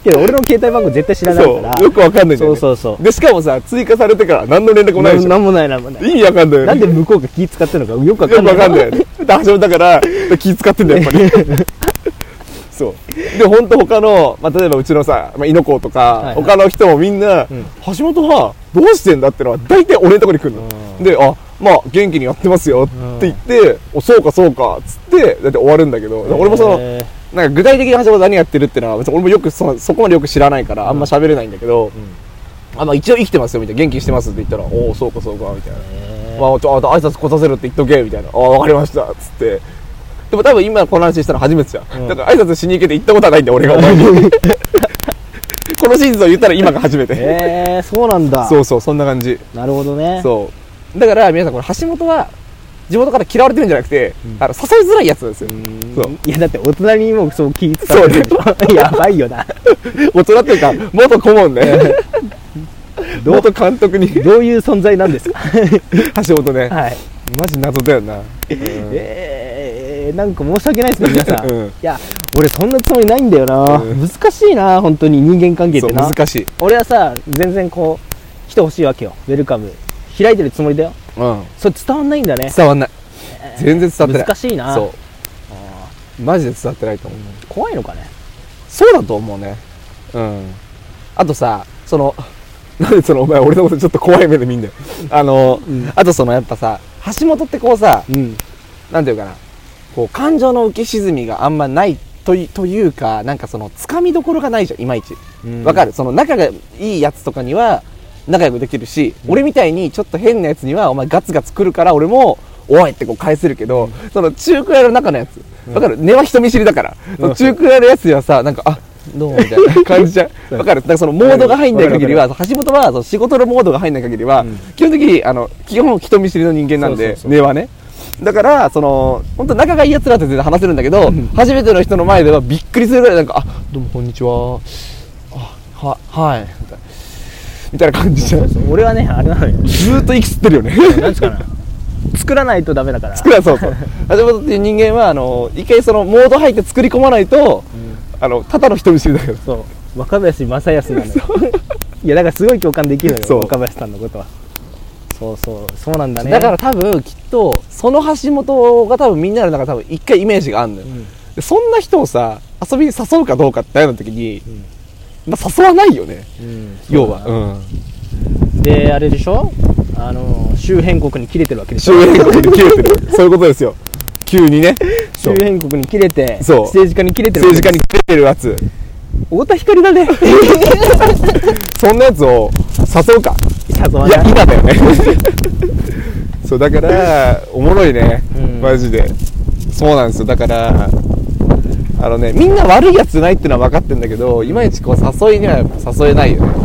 けど俺の携帯番号絶対知らないからそうよくわかんないんだよ、そうね、そうそうでしかもさ追加されてから何の連絡もないでしなょんもないなんもない意味わかんないよねなんで向こうが気使ってるのかよくわよかくんなわいかんないよねで橋本だから気使ってんだよやっぱり そうで本当他の、まあ、例えばうちのさ、まあ、猪子とか、いはい他の人もみんな、橋本はどうしてんだってのは大体俺のとこに来るの、であまあ元気にやってますよって言って、おそうかそうかっつってだって終わるんだけど俺もその、えなんか具体的に橋本何やってるってのは別に俺もよくそそこまでよく知らないからあんま喋れないんだけど、あまあ、一応生きてますよみたいな元気にしてますって言ったらおおそうかそうかみたいな、まあ、ちょあと挨拶こさせるって言っとけみたいなああ分かりましたっつってでも多分今この話したの初めてじゃん、だから挨拶しに行けて行ったことはないんだよ俺がお前に この真実を言ったら今が初めて、えーそうなんだそうそうそんな感じなるほどねそうだから皆さんこれ橋本は地元から嫌われてるんじゃなくて、あの誘いづらいやつなんですよ、そういやだって大人にもそう気使ってるでしょや ばいよな大人っていうか元顧 問ね元監督にどういう存在なん ですか橋本ね、はいマジ謎だよな、えー、なんか申し訳ないですね皆さん、うんいや俺そんなつもりないんだよな、うん難しいな本当に人間関係っそうてな難しい、俺はさ全然こう来てほしいわけよウェルカム開いてるつもりだようん、それ伝わんないんだね伝わんない全然伝わってない難しいなそうマジで伝わってないと思う、怖いのかねそうだと思うねうんあとさそのなんでそのお前俺のことちょっと怖い目で見んだよあの、あとそのやっぱさ橋本ってこうさうんなんていうかなこう感情の浮き沈みがあんまないといというかなんかそのつかみどころがないじゃんいまいちわかるその仲がいいやつとかには仲良くできるし、俺みたいにちょっと変なやつにはお前ガツガツ来るから俺もおいってこう返せるけど、その中くらいの中のやつわかる根は人見知りだから、その中くらいのやつにはさなんかあどうもみたいな 感じじゃんわかるだからそのモードが入んない限りは橋本はその仕事のモードが入んない限りは、基本的にあの基本人見知りの人間なんで根はねだからその本当仲がいいやつらって全然話せるんだけど初めての人の前ではびっくりするぐらいなんか「あどうもこんにちは」あははいみたいなみたいな感じじゃんず俺はねあれなのよーっと息吸ってるよね 何ですかな作らないとダメだから作らそうそう橋本っていう人間はあの一回そのモード入って作り込まないと、あのただの人見知りだからそう 若林正恭なのよいやだからすごい共感できるのよそう若林さんのことはそうそうそうなんだねだから多分きっとその橋本が多分みんなの中で多分一回イメージがあるのよ、んでそんな人をさ遊びに誘うかどうかってなった時に、まあ、誘わないよねうん要は、うん、であれでしょあの周辺国に切れてるわけでし周ょ辺国に切れてる そういうことですよ急にね周そう辺国に切れてそう政治家に切れてる政治家に切れてるやつ太田光 だねそんなやつを誘うか誘わいやない今だ よねそうだからおもろいね、うんマジでそうなんですよだからあのねみんな悪いやつじゃないってのは分かってんだけどいまいちこう誘いにはやっぱ誘えないよねやっ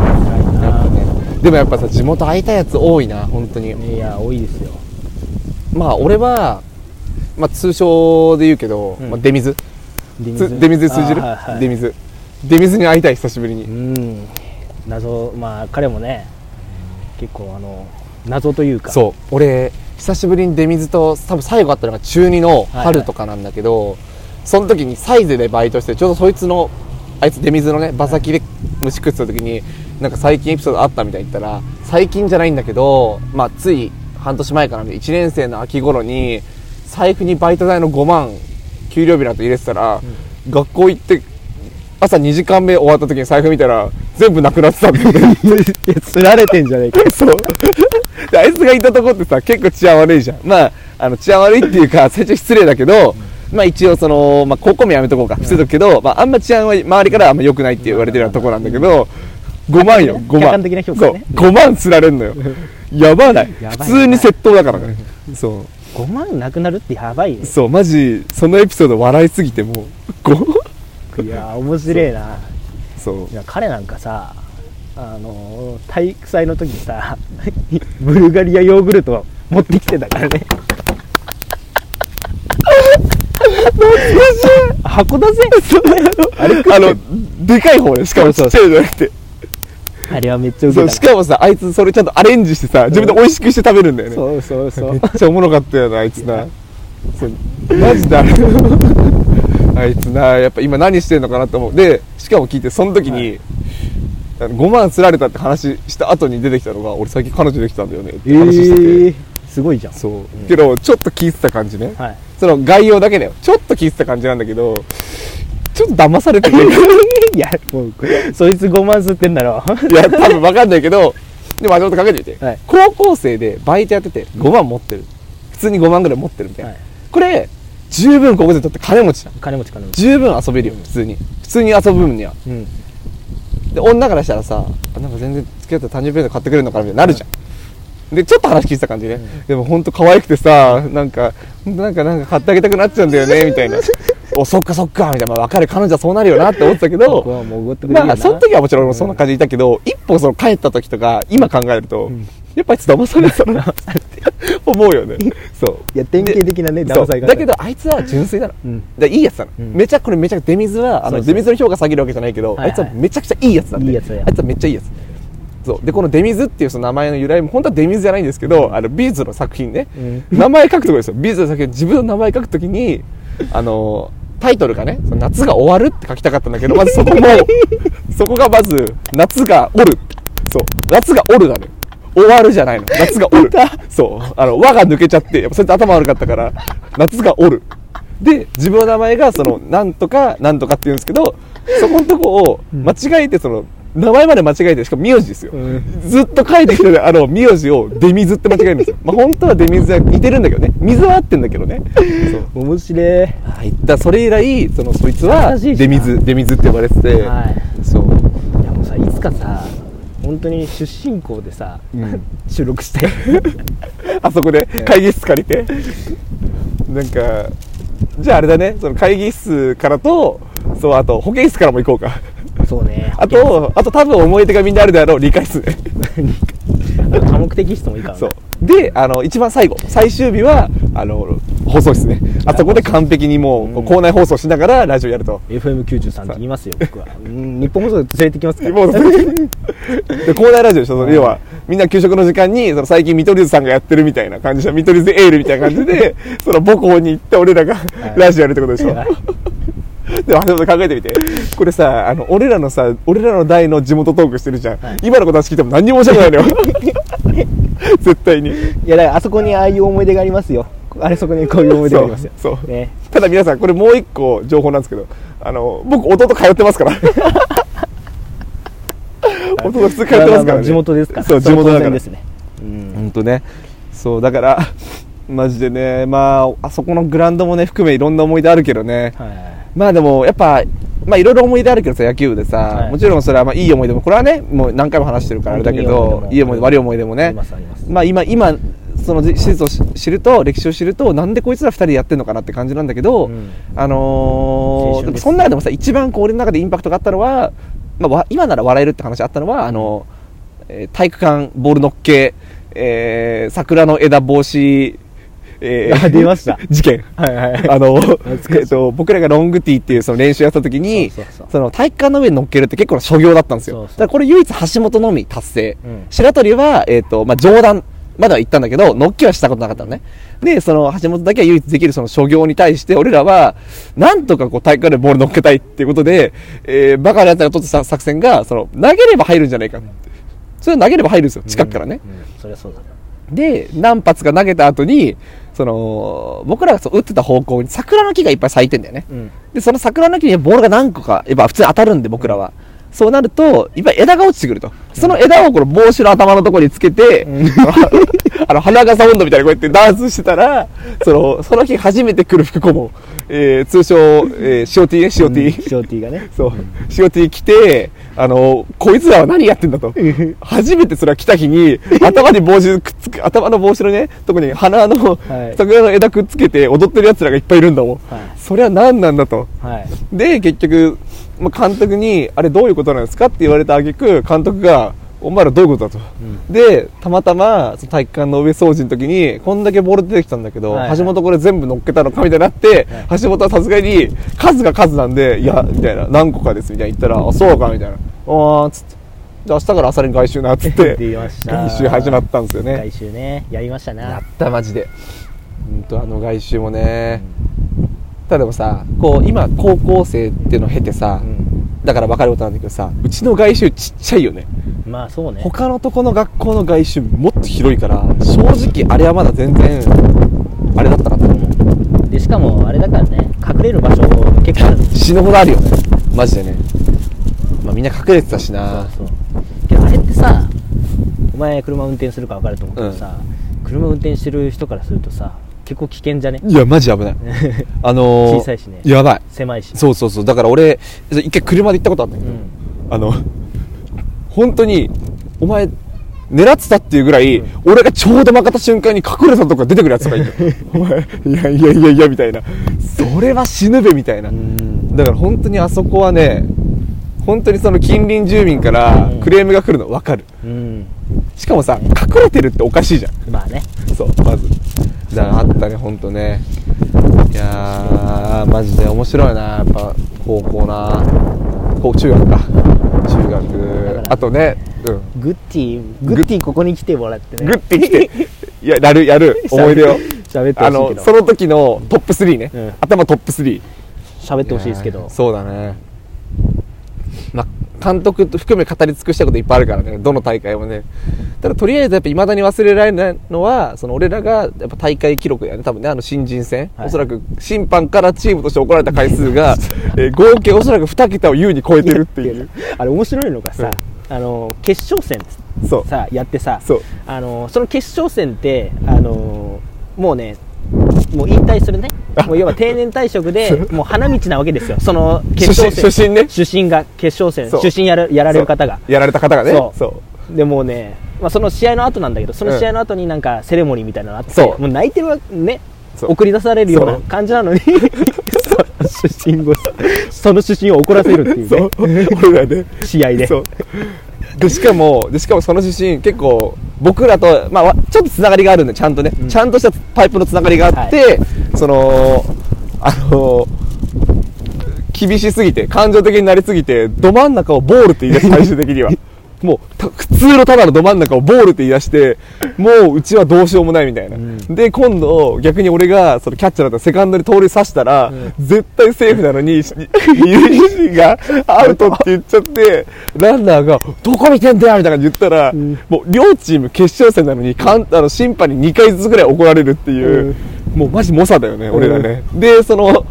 ぱねでもやっぱさ地元会いたいやつ多いな本当にいや多いですよまあ俺は、まあ、通称で言うけど、うんまあ、出水出つ出水で通じる、あーはいはい出水出水に会いたい久しぶりに、うん謎まあ彼もね結構あの謎というかそう俺久しぶりに出水と多分最後会ったのが中2の春とかなんだけど、その時にサイゼでバイトしてちょうどそいつのあいつ出水のね馬先で虫食ってた時になんか最近エピソードあったみたいに言ったら最近じゃないんだけど、まあ、つい半年前かな1年生の秋頃に財布にバイト代の5万給料日なんて入れてたら、学校行って朝2時間目終わった時に財布見たら全部なくなってたんだよね いや釣られてんじゃねえか そう。であいつがいたとこってさ、結構治安悪いじゃん。まあ、あの、治安悪いっていうか、最初失礼だけど、まあ一応その、まあ高校名やめとこうか、伏せとくけど、まああんま治安は周りからあんま良くないって言われてるようなとこなんだけど、5万よ、5万。客観的な評価ねそう、5万釣られんのよ。やばない。やばい普通に窃盗だからね。そ5万なくなるってやばいねう。そう、マジ、そのエピソード笑いすぎてもう、5? いや面白えなそうい。や彼なんかさあの体育祭の時にさ ブルガリアヨーグルト持ってきてたからね箱だぜあの、でかい方ね。しかもちっちゃいじゃなくて。あれはめっちゃウそケうたしかもさあいつそれちゃんとアレンジしてさ自分で美味しくして食べるんだよねそうそうそ めっうちゃおもろかったよなあいつなそうマジだ あいつなやっぱ今何してんのかなと思うでしかも聞いてその時に、あの5万釣られたって話した後に出てきたのが俺最近彼女できたんだよねって話してて、えーすごいじゃんそう、けどちょっと聞いてた感じね、はいその概要だけだよちょっと聞いてた感じなんだけどちょっと騙されて ていやもうこれそいつ5万吸ってんだろいや、多分わかんないけど、でも松本かけてみて、はい高校生でバイトやってて5万持ってる。普通に5万ぐらい持ってるみたいな。はいこれ、十分高校生にとって金持ちだ。金持ち金持ち十分遊べるよ、普通に。普通に遊ぶ分には。うんで、女からしたらさ、あなんか全然付き合った誕生日プレゼント買ってくれるのかなみたいになるじゃん。で、ちょっと話聞いてた感じね。でもほんと可愛くてさ、なんか、ほんとなんか、なんか買ってあげたくなっちゃうんだよね、みたい な。お、そっかそっか、みたいな。まあ、わかる、彼女はそうなるよなって思ってたけど、僕はもうおごってくれるよまなあ、その時はもちろん俺もそんな感じでいたけど、一歩その帰った時とか、今考えると、やっぱあいつ騙されてた なって思うよね。そう。いや典型的なねそ騙うされ方だけどあいつは純粋なの、んでいいやつなの、んめちゃこれめちゃ出水はあのそうそう出水の評価下げるわけじゃないけど、はいはいあいつはめちゃくちゃいいやつなんでいいやつだよあいつはめっちゃいいやつそうでこの「出水」っていうその名前の由来も本当は出水じゃないんですけど、あのビーズの作品ね、名前書くところですよビーズの作品自分の名前書くときにあのタイトルがね「その夏が終わる」って書きたかったんだけどまずそこもそこがまず「夏がおる」そう夏がおるなのよ終わるじゃないの夏がおるそうあの輪が抜けちゃってやっぱそれって頭悪かったから夏がおるで自分の名前がそのなんとかなんとかって言うんですけどそこのとこを間違えてその名前まで間違えてしかも名字ですよ、ずっと書いてきてるあの名字を出水って間違えるんですよまあ本当は出水は似てるんだけどね水は合ってんだけどねそう面白いはいだからそれ以来そのそいつは優しいしな出水出水って呼ばれてて、はいそういやもうさいつかさ本当に出身校でさ、 収録して あそこで会議室借りて、なんかじゃああれだねその会議室からとそうあと保健室からも行こう かそうねあとあと多分思い出がみんなあるであろう理解 室ねあと多目的室もいいからねそうであの一番最後最終日はあの放送室ねあそこで完璧にもうこう校内放送しながらラジオやると FM93 って言いますよ僕はうん日本放送連れてきますからもう で校内ラジオでしょその要はみんな給食の時間にその最近見取り図さんがやってるみたいな感じで見取り図エールみたいな感じ でその母校に行って俺らがラジオやるってことでしょはいでも橋本考えてみてこれさあの俺らのさ俺らの代の地元トークしてるじゃん、今の子たち聞いても何にも面白くないのよ 絶対にいやだからあそこにああいう思い出がありますよあれそこにこういう思い出がありますよそうそう ねただ皆さんこれもう一個情報なんですけどあの僕弟通っ てますからまあ弟普通通ってますから、まあね、地元ですからそう地元だそれは当か然らですね本当ねそうだからマジでねまああそこのグラウンドもね含めいろんな思い出あるけどね、はいまあでもやっぱまあいろいろ思い出あるけどさ野球部でさ、はいもちろんそれはまあいい思い出もこれはねもう何回も話してるからあれだけど本当にいいいい思思いい出出も悪い思い出もあねりますありますまあ今今その事実を知知ると歴史を知るとなんでこいつら二人でやってんのかなって感じなんだけど、うんあ青の春ーですその中でもさ一番こう俺の中でインパクトがあったのは、まあわ、今なら笑えるって話あったのはあの、えー体育館ボールのっけ、えー桜の枝帽子、えーあ出ました 事件はいはいはい あの、えっと、僕らがロングティーっていうその練習やった時に、そうそうそうその体育館の上に乗っけるって結構な所業だったんですよ。そうそうだからこれ唯一橋本のみ達成。うん白鳥は、えっと、まあ、上段までは行ったんだけど、乗っけはしたことなかったのね。で、その橋本だけは唯一できるその所業に対して、俺らは、なんとかこう体育館でボール乗っけたいっていうことで、えー、バカな奴らが取った作戦が、その、投げれば入るんじゃないか。それは投げれば入るんですよ、近くからね。うんそりゃそうだで、何発か投げた後に、その、僕らがそう打ってた方向に桜の木がいっぱい咲いてんだよね。うんで、その桜の木にボールが何個か、やっぱ普通に当たるんで、僕らは。そうなると、いっぱい枝が落ちてくると。その枝をこの帽子の頭のところにつけて、 あの、花笠温度みたいにこうやってダンスしてたら、その、その日初めて来る福顧問、えー、通称、えー、塩 T ね、塩 T。ショーティーがねそう、仕事に来て、あの、こいつらは何やってん だと。初めてそれは来た日に、頭に帽子くっつけ、頭の帽子のね、特に鼻の、はい桜の枝くっつけて踊ってる奴らがいっぱいいるんだもん。はいそれは何なんだと。はい で、結局、まあ、監督に、あれどういうことなんですかって言われた挙句監督が、お前らどういうことだと。で、たまたま、その体育館の上掃除の時に、こんだけボール出てきたんだけど、はいはい橋本これ全部乗っけたのかみたいになって、橋本はさすがに、数が数なんで、いや、みたいな、何個かです、みたいな言ったら、あ、そうか、みたいな。あー、つって。じゃあ明日から朝に外周な、つって。 出ました外周始まったんですよね。回収ねやりましたやっなたマジで本当あの外周もね、ただでもさこう今高校生っていうのを経てさ、だから分かることなんだけどさうちの外周ちっちゃいよねまあそうね他のとこの学校の外周もっと広いから正直あれはまだ全然あれだったかと思うでしかもあれだからね隠れる場所結構あるんですよ死ぬほどあるよねマジでね、まあ、みんな隠れてたしなそうそうであれってさお前車運転するか分かると思うけどさ、車運転してる人からするとさ結構危険じゃねいやマジ危ないあのー小さいしねやばい狭いしそうそうそうだから俺一回車で行ったことあったんだけうど、んあの、本当に、お前、狙ってたっていうぐらい、俺がちょうど曲がった瞬間に隠れたとこから出てくるやつとかいて、お前、いやいやいやいや、みたいな。それは死ぬべ、みたいな。だから本当にあそこはね、本当にその近隣住民からクレームが来るの分かる。うんしかもさ、隠れてるっておかしいじゃん。まあねそう、まず。だからあったね、ほんとね。いやー、マジで面白いな、やっぱ、高校な。高中学か。中か学。らあとね、うん。グッティグッティここに来てもらってねグッてきて、いや、やる、やる、思い出を。 喋ってあほしいけの、どその時のトップ3ね。うん頭トップ3。喋ってほしいですけどそうだね。まあ、監督と含め語り尽くしたこといっぱいあるからね、どの大会もね。ただ、とりあえずやっぱ未だに忘れられないのは、その俺らがやっぱ大会記録やね、多分ね、あの新人戦。はいおそらく審判からチームとして怒られた回数 が、えー合計おそらく2桁を優に超えてるっていう。 あれ面白いのがさ、あの決勝戦そう。さやってさそうあのその決勝戦ってあのもうねもう引退するねもう要は定年退職でもう花道なわけですよその決勝戦主審主審ね主審が決勝戦そう主審やるやられる方がやられた方がね。そうそうでもうね、まあ、その試合の後なんだけどその試合の後になんかセレモニーみたいなのあってそうもう泣いてるわねそう送り出されるようそなう感じなのに その主審をその主審を怒らせるっていうそねう。俺らね。試合でそうでしかもでしかもその自信結構僕らと、まあ、わちょっとつながりがあるんでちゃんとね、ちゃんとしたパイプのつながりがあって、そのあの 厳しすぎて感情的になりすぎてど真ん中をボールって言い出す最終的にはもうた普通のただのど真ん中をボールって言い出してもううちはどうしようもないみたいな、で今度逆に俺がそのキャッチャーだったらセカンドに盗塁刺したら、絶対セーフなのにユージがアウトって言っちゃってランナーが「どこ見てんだよ!」みたいな感じで言ったら、もう両チーム決勝戦なのにかんあの審判に2回ずつぐらい怒られるっていう、もうマジ猛者だよね、俺らね。でその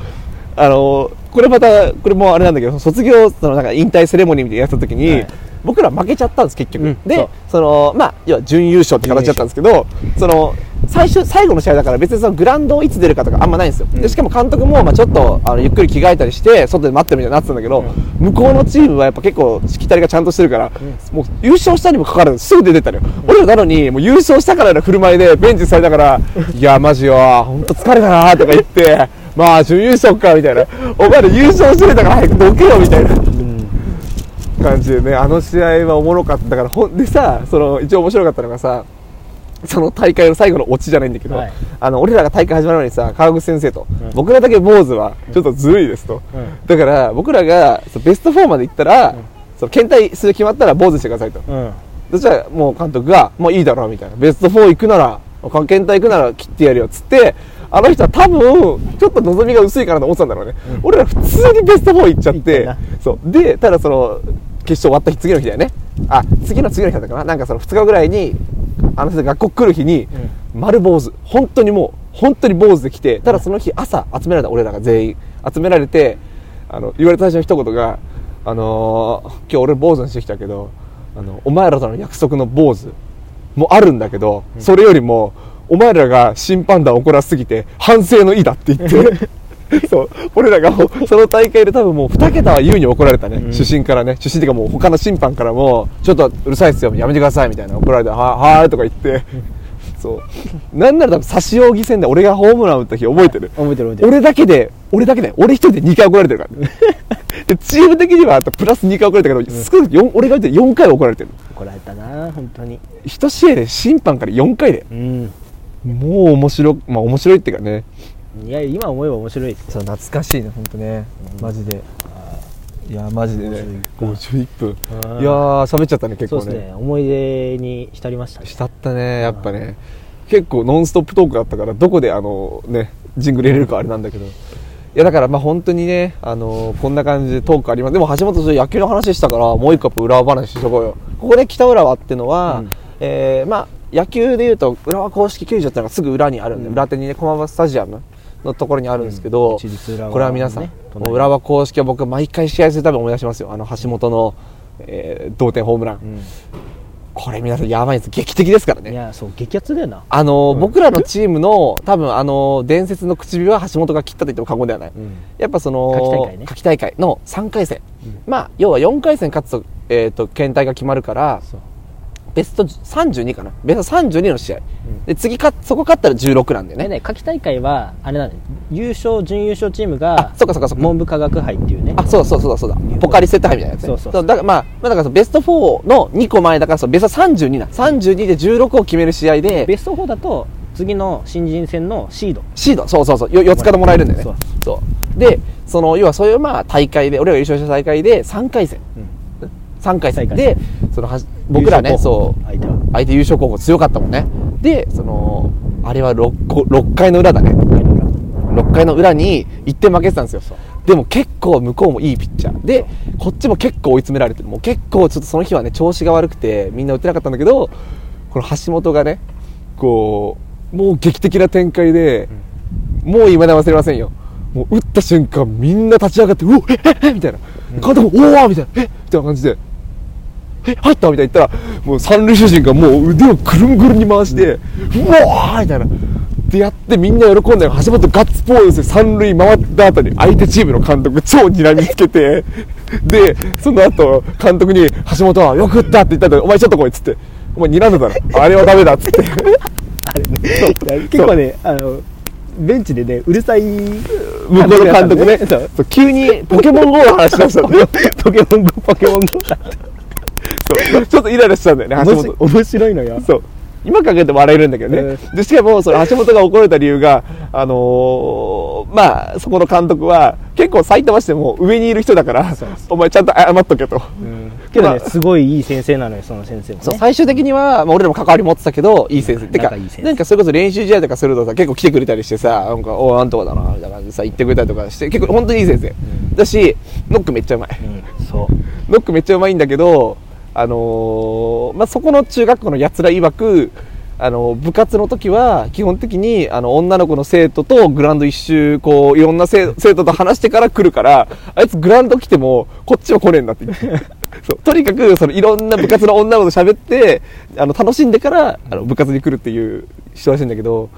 あのこれまたこれもあれなんだけど卒業そのなんか引退セレモニーみたいなのやった時に、僕ら負けちゃったんです結局、うんでそそうのまあ要は準優勝って形だったんですけどその最終最後の試合だから別にそのグラウンドをいつ出るかとかあんまないんですよ、でしかも監督もまあちょっとあのゆっくり着替えたりして外で待ってるみたいになってたんだけど、向こうのチームはやっぱ結構しきたりがちゃんとしてるから、もう優勝したにもかかわらずすぐ出てったのよ、俺らなのにもう優勝したからの振る舞いでベンチされた から「いやマジよ本当疲れたな」とか言って。まあ準優勝かみたいなお前ら優勝してるんだから早くどけよみたいな感じでねあの試合はおもろかっただからほんでさその一応面白かったのがさその大会の最後のオチじゃないんだけど、はいあの俺らが大会始まる前にさ川口先生と、僕らだけ坊主はちょっとずるいですと、だから僕らがそのベスト4まで行ったら、その検体数決まったら坊主にしてくださいと、うんそしたらもう監督が、もういいだろうみたいな。ベスト4行くなら、県隊行くなら切ってやるよっつって、あの人は多分、ちょっと望みが薄いかなと思ってたんだろうね。俺ら普通にベスト4行っちゃっ、行ってそう。で、ただその、決勝終わった日、次の日だよね。あ、次の次の日だったかな。なんかその2日後ぐらいに、あの人学校来る日に、丸坊主。本当にもう、本当に坊主で来て、ただその日朝集められた、俺らが全員。集められて、あの、言われた最初の一言が、あのー今日俺坊主にしてきたけど、あの、お前らとの約束の坊主もあるんだけど、それよりも、お前らが審判団を怒らせすぎて、反省の意だって 言って、そう、俺らがもうその大会で多分もう2桁は優に怒られたね、主審からね、主審っていうかもう他の審判からも、ちょっとうるさいっすよ、やめてくださいみたいな怒られて、ははーいとか言って、そう、なんなら多分差し置き戦で俺がホームラン打った日覚えてる。覚えてる覚えてる俺だけで、俺だけで、俺一人で2回怒られてるか らね、でチーム的にはあとプラス2回怒られたけど、少なくとも4俺が見て4回は怒られてる。怒られたな本当に一試合で審判から4回で、うんもう面白、まあ面白いっていうかね、いや今思えば面白いそう懐かしいね本当ねマジでいやマジでね51分。うんいやー、喋っちゃったね、結そう構ですね。ね思い出に浸りましたねしたったね、やっぱね。結構ノンストップトークだったから、どこであの、ね、ジングル入れるかあれなんだけど。いや、だからまあ本当にね、あのこんな感じでトークあります。でも橋本さん野球の話したから、もう一個やっぱ裏話しとこうよ。ここで北浦和ってのは、えーまあ野球でいうと、浦和公式球場ってのがすぐ裏にあるんで、裏手にね、駒場スタジアムのところにあるんですけど、一律浦和のねこれは皆さん、隣もう浦和公式は僕毎回試合するたび思い出しますよ。あの橋本の、えー同点ホームラン。これ皆さんやばいです。劇的ですからねい。やそう激アツだよなあの、僕らのチームの多分あの伝説の唇は橋本が切ったと言っても過言ではない、やっぱその夏季大会ね夏季大会の3回戦、まあ要は4回戦勝つと,、えー、と県大が決まるからそうベスト32かなベスト32の試合、で次かそこ勝ったら16なんだよねねね夏季大会はあれなんだよ優勝準優勝チームがあそうかそうかそうか文部科学杯っていうねあそうだそうだそうだそうだポカリセット杯みたいなやつ、ね、そうそうそうだからまあまあだからそのベスト4の2個前だからそのベスト32な32で16を決める試合でベスト4だと次の新人戦のシードシードそうそうそうよ4つからもらえるんだよねそうそうでその要はそういうまあ大会で俺らが優勝した大会で3回戦、3回戦三回で戦そのはじ僕らね優勝候補そう相手は相手優勝候補強かったもんねでそのあれは 6, 個6回の裏だね6回の裏に1点負けてたんですよでも結構向こうもいいピッチャーでこっちも結構追い詰められてるもう結構ちょっとその日はね調子が悪くてみんな打てなかったんだけどこの橋本がねこうもう劇的な展開で、もう今で忘れませんよもう打った瞬間みんな立ち上がって「うおえええみたいな監督も「おお!」みたいな「えみたいな感じで「え入った?」みたいな言ったらもう三塁主審がもう腕をくるんぐるんに回して「うわー!」みたいな。でやってみんな喜んだよ橋本ガッツポーズで三塁回った後に相手チームの監督超睨みつけてでその後監督に「橋本はよく打った」って言ったんだけどお前ちょっと来い」っつって「お前睨んでたろあれはダメだ」っつって結構ねあのベンチでねうる さい向こうの監督ねそうそう急にポケモン GO の話し出したんだよポケモン GO ポケモン GO そうちょっとイライラしたんだよね橋本面白いのよそう今考えても笑えるんだけどね、でしかもその橋本が怒られた理由が、あのーまあ、そこの監督は結構埼玉市でも上にいる人だからお前ちゃんと謝っとけと、けどね、まあすごいいい先生なのよ、その先生も、ね。そう最終的には、まあ、俺らも関わり持ってたけどいい先生てか仲いい先生なんかそれこそ練習試合とかするとさ結構来てくれたりしてさなんかおーなんとかだなみたいな感じでさ言ってくれたりとかして結構本当にいい先生、だしノックめっちゃうまいうんそうノックめっちゃうまいんだけど、あのーまあ、そこの中学校のやつら曰く、あのー部活の時は基本的にあの女の子の生徒とグラウンド一周こういろんな生生徒と話してから来るからあいつグラウンド来てもこっちは来ねえんだって言ってそうとにかくそのいろんな部活の女の子と喋ってあの楽しんでからあの部活に来るっていう人らしいんだけど、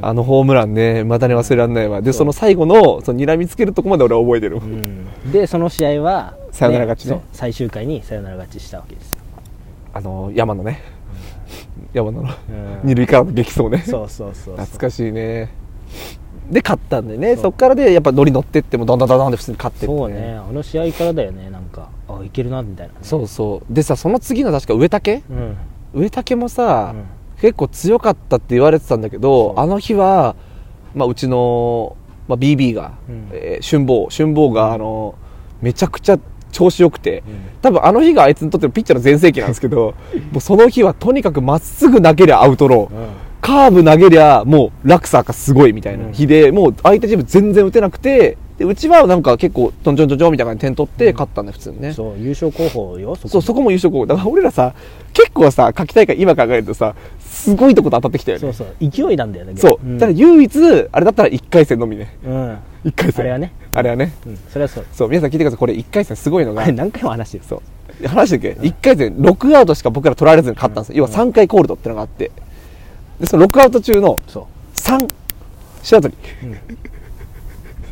あのホームランねまだに忘れられないわでその最後のその睨みつけるとこまで俺は覚えてる、うんでその試合はサヨナラ勝ちねそう最終回にサヨナラ勝ちしたわけですよ、あの山のね山野のうん二塁からの激走ねそうそうそうそう懐かしいねで勝ったんでねそっからでやっぱ乗り乗ってってもどんどんどんどんって普通に勝ってってそうねあの試合からだよねなんかあいけるなみたいなねそうそうでさその次の確か植竹うん植竹もさ、うん結構強かったって言われてたんだけそどうあの日は、まあ、うちの、まあ、BB が、うんえー春坊春坊が、あのめちゃくちゃ調子良くて、うん多分あの日があいつにとってのピッチャーの全盛期なんですけ どもうその日はとにかくまっすぐ投げりゃアウトロー、うんカーブ投げりゃもう落差がすごいみたいな日で、もう相手チーム全然打てなくてでうちはなんか結構トンチョンチョンチョンみたいな感じで点取って勝ったんだよ普通にね、そう優勝候補よそこそうそこも優勝候補だから俺らさ結構さ夏季大会今考えるとさすごいとこと当たってきたよそうねそう勢いなんだよねそううんただ唯一あれだったら1回戦のみねうん、 1回あ戦れはねあれはねうん、それはそうそう皆さん聞いてくださいこれ1回戦すごいのがあれ何回も話してるそういや話してるっけ、1回戦6アウトしか僕ら取られずに勝ったんですよ、要は3回コールドってのがあってでその6アウト中のそう3白鳥、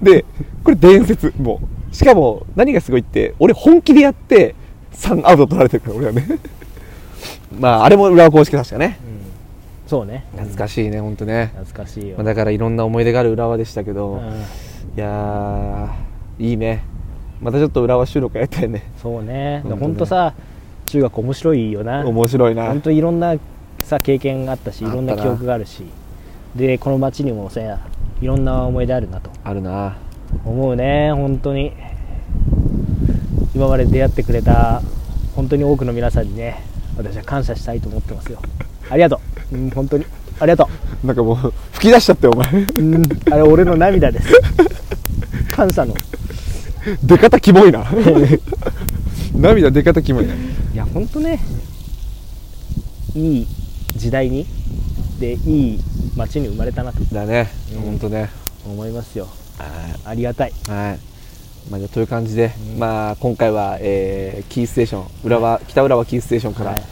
でこれ伝説もうしかも何がすごいって俺本気でやって3アウト取られてるから俺はね まああれも裏公式確かねそうね懐かしいね本当ね、懐かしいよ、まあ、だからいろんな思い出がある浦和でしたけど、ういん、やーいいねまたちょっと浦和収録やりたいねそうねほんとね本当さ中学面白いよな面白いな本当いろんなさ経験があったしいあったなろんな記憶があるしでこの街にもさいろんな思い出あるなとあるな思うね本当に今まで出会ってくれた本当に多くの皆さんにね私は感謝したいと思ってますよありがとう、うん、本当にありがとなんかもう吹き出しちゃってお 前う、うん、あれ俺の涙です感謝の出方キモ いな涙出方キモいないや本当ねいい時代にでいい街に生まれたなとだねうん本当ね思いますよありがたいはい。まあ、じゃあという感じで、まあ、今回は、えーキーステーション、浦和、北浦和キーステーションからはい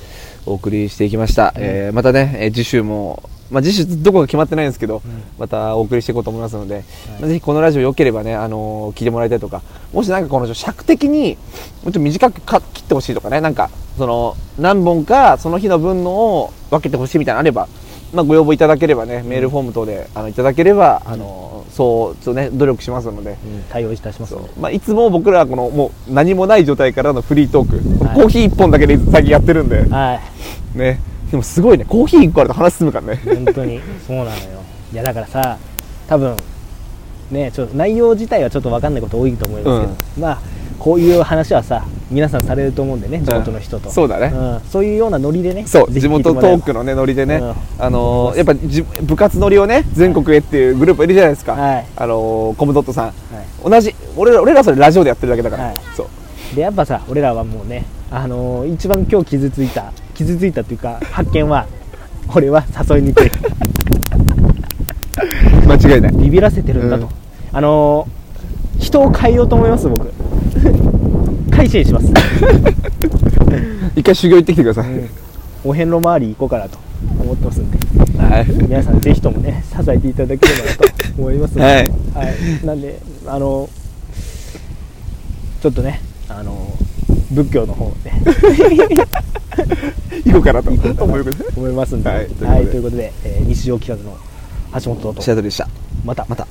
お送りしていきました。えーまたね、えー次週も、まあ、次週どこか決まってないんですけど、またお送りしていこうと思いますので、まあぜひこのラジオ良ければね、あのー聞いてもらいたいとか、もしなんかこの尺的に、もうちょっと短くか切ってほしいとかね、なんか、その、何本か、その日の分のを分けてほしいみたいなのあれば、まあ、ご要望いただければね、メールフォーム等で、あの、いただければ、あのーそう、ちょっとね、努力しますので、うん対応いたしますそうまあ、いつも僕らはこのもう何もない状態からのフリートーク、はいコーヒー1本だけで最近やってるんで、はいね、でもすごいねコーヒー1個あると話進むからね本当にそうなのよいやだからさ多分ねちょっと内容自体はちょっと分かんないこと多いと思いますけど、まあこういう話はさ皆さんされると思うんでね地元の人と、うんそうだねんそういうようなノリでねそうぜひ地聞いて元もらえれトーばクの、ね、ノリでね、うんあのーやっぱじ部活ノリをね全国へっていうグループいるじゃないですか、はいあのーコムドットさん、はい同じ俺ら俺らそれラジオでやってるだけだから、はいそうでやっぱさ俺らはもうねあのー一番今日傷ついた傷ついたというか発見は俺は誘いにくい間違いないビビらせてるんだと、うんあのー人を変えようと思います僕 改心します一回修行行ってきてください、お遍路周り行こうかなと思ってますんではい皆さんぜひともね支えていただければなと思いますので、はいはいなんであのちょっとねあの仏教の方で 行こうかなと思います思いますんで、ははいい、ということでということで、えー日常企画の橋本とシアトルでしたまたまた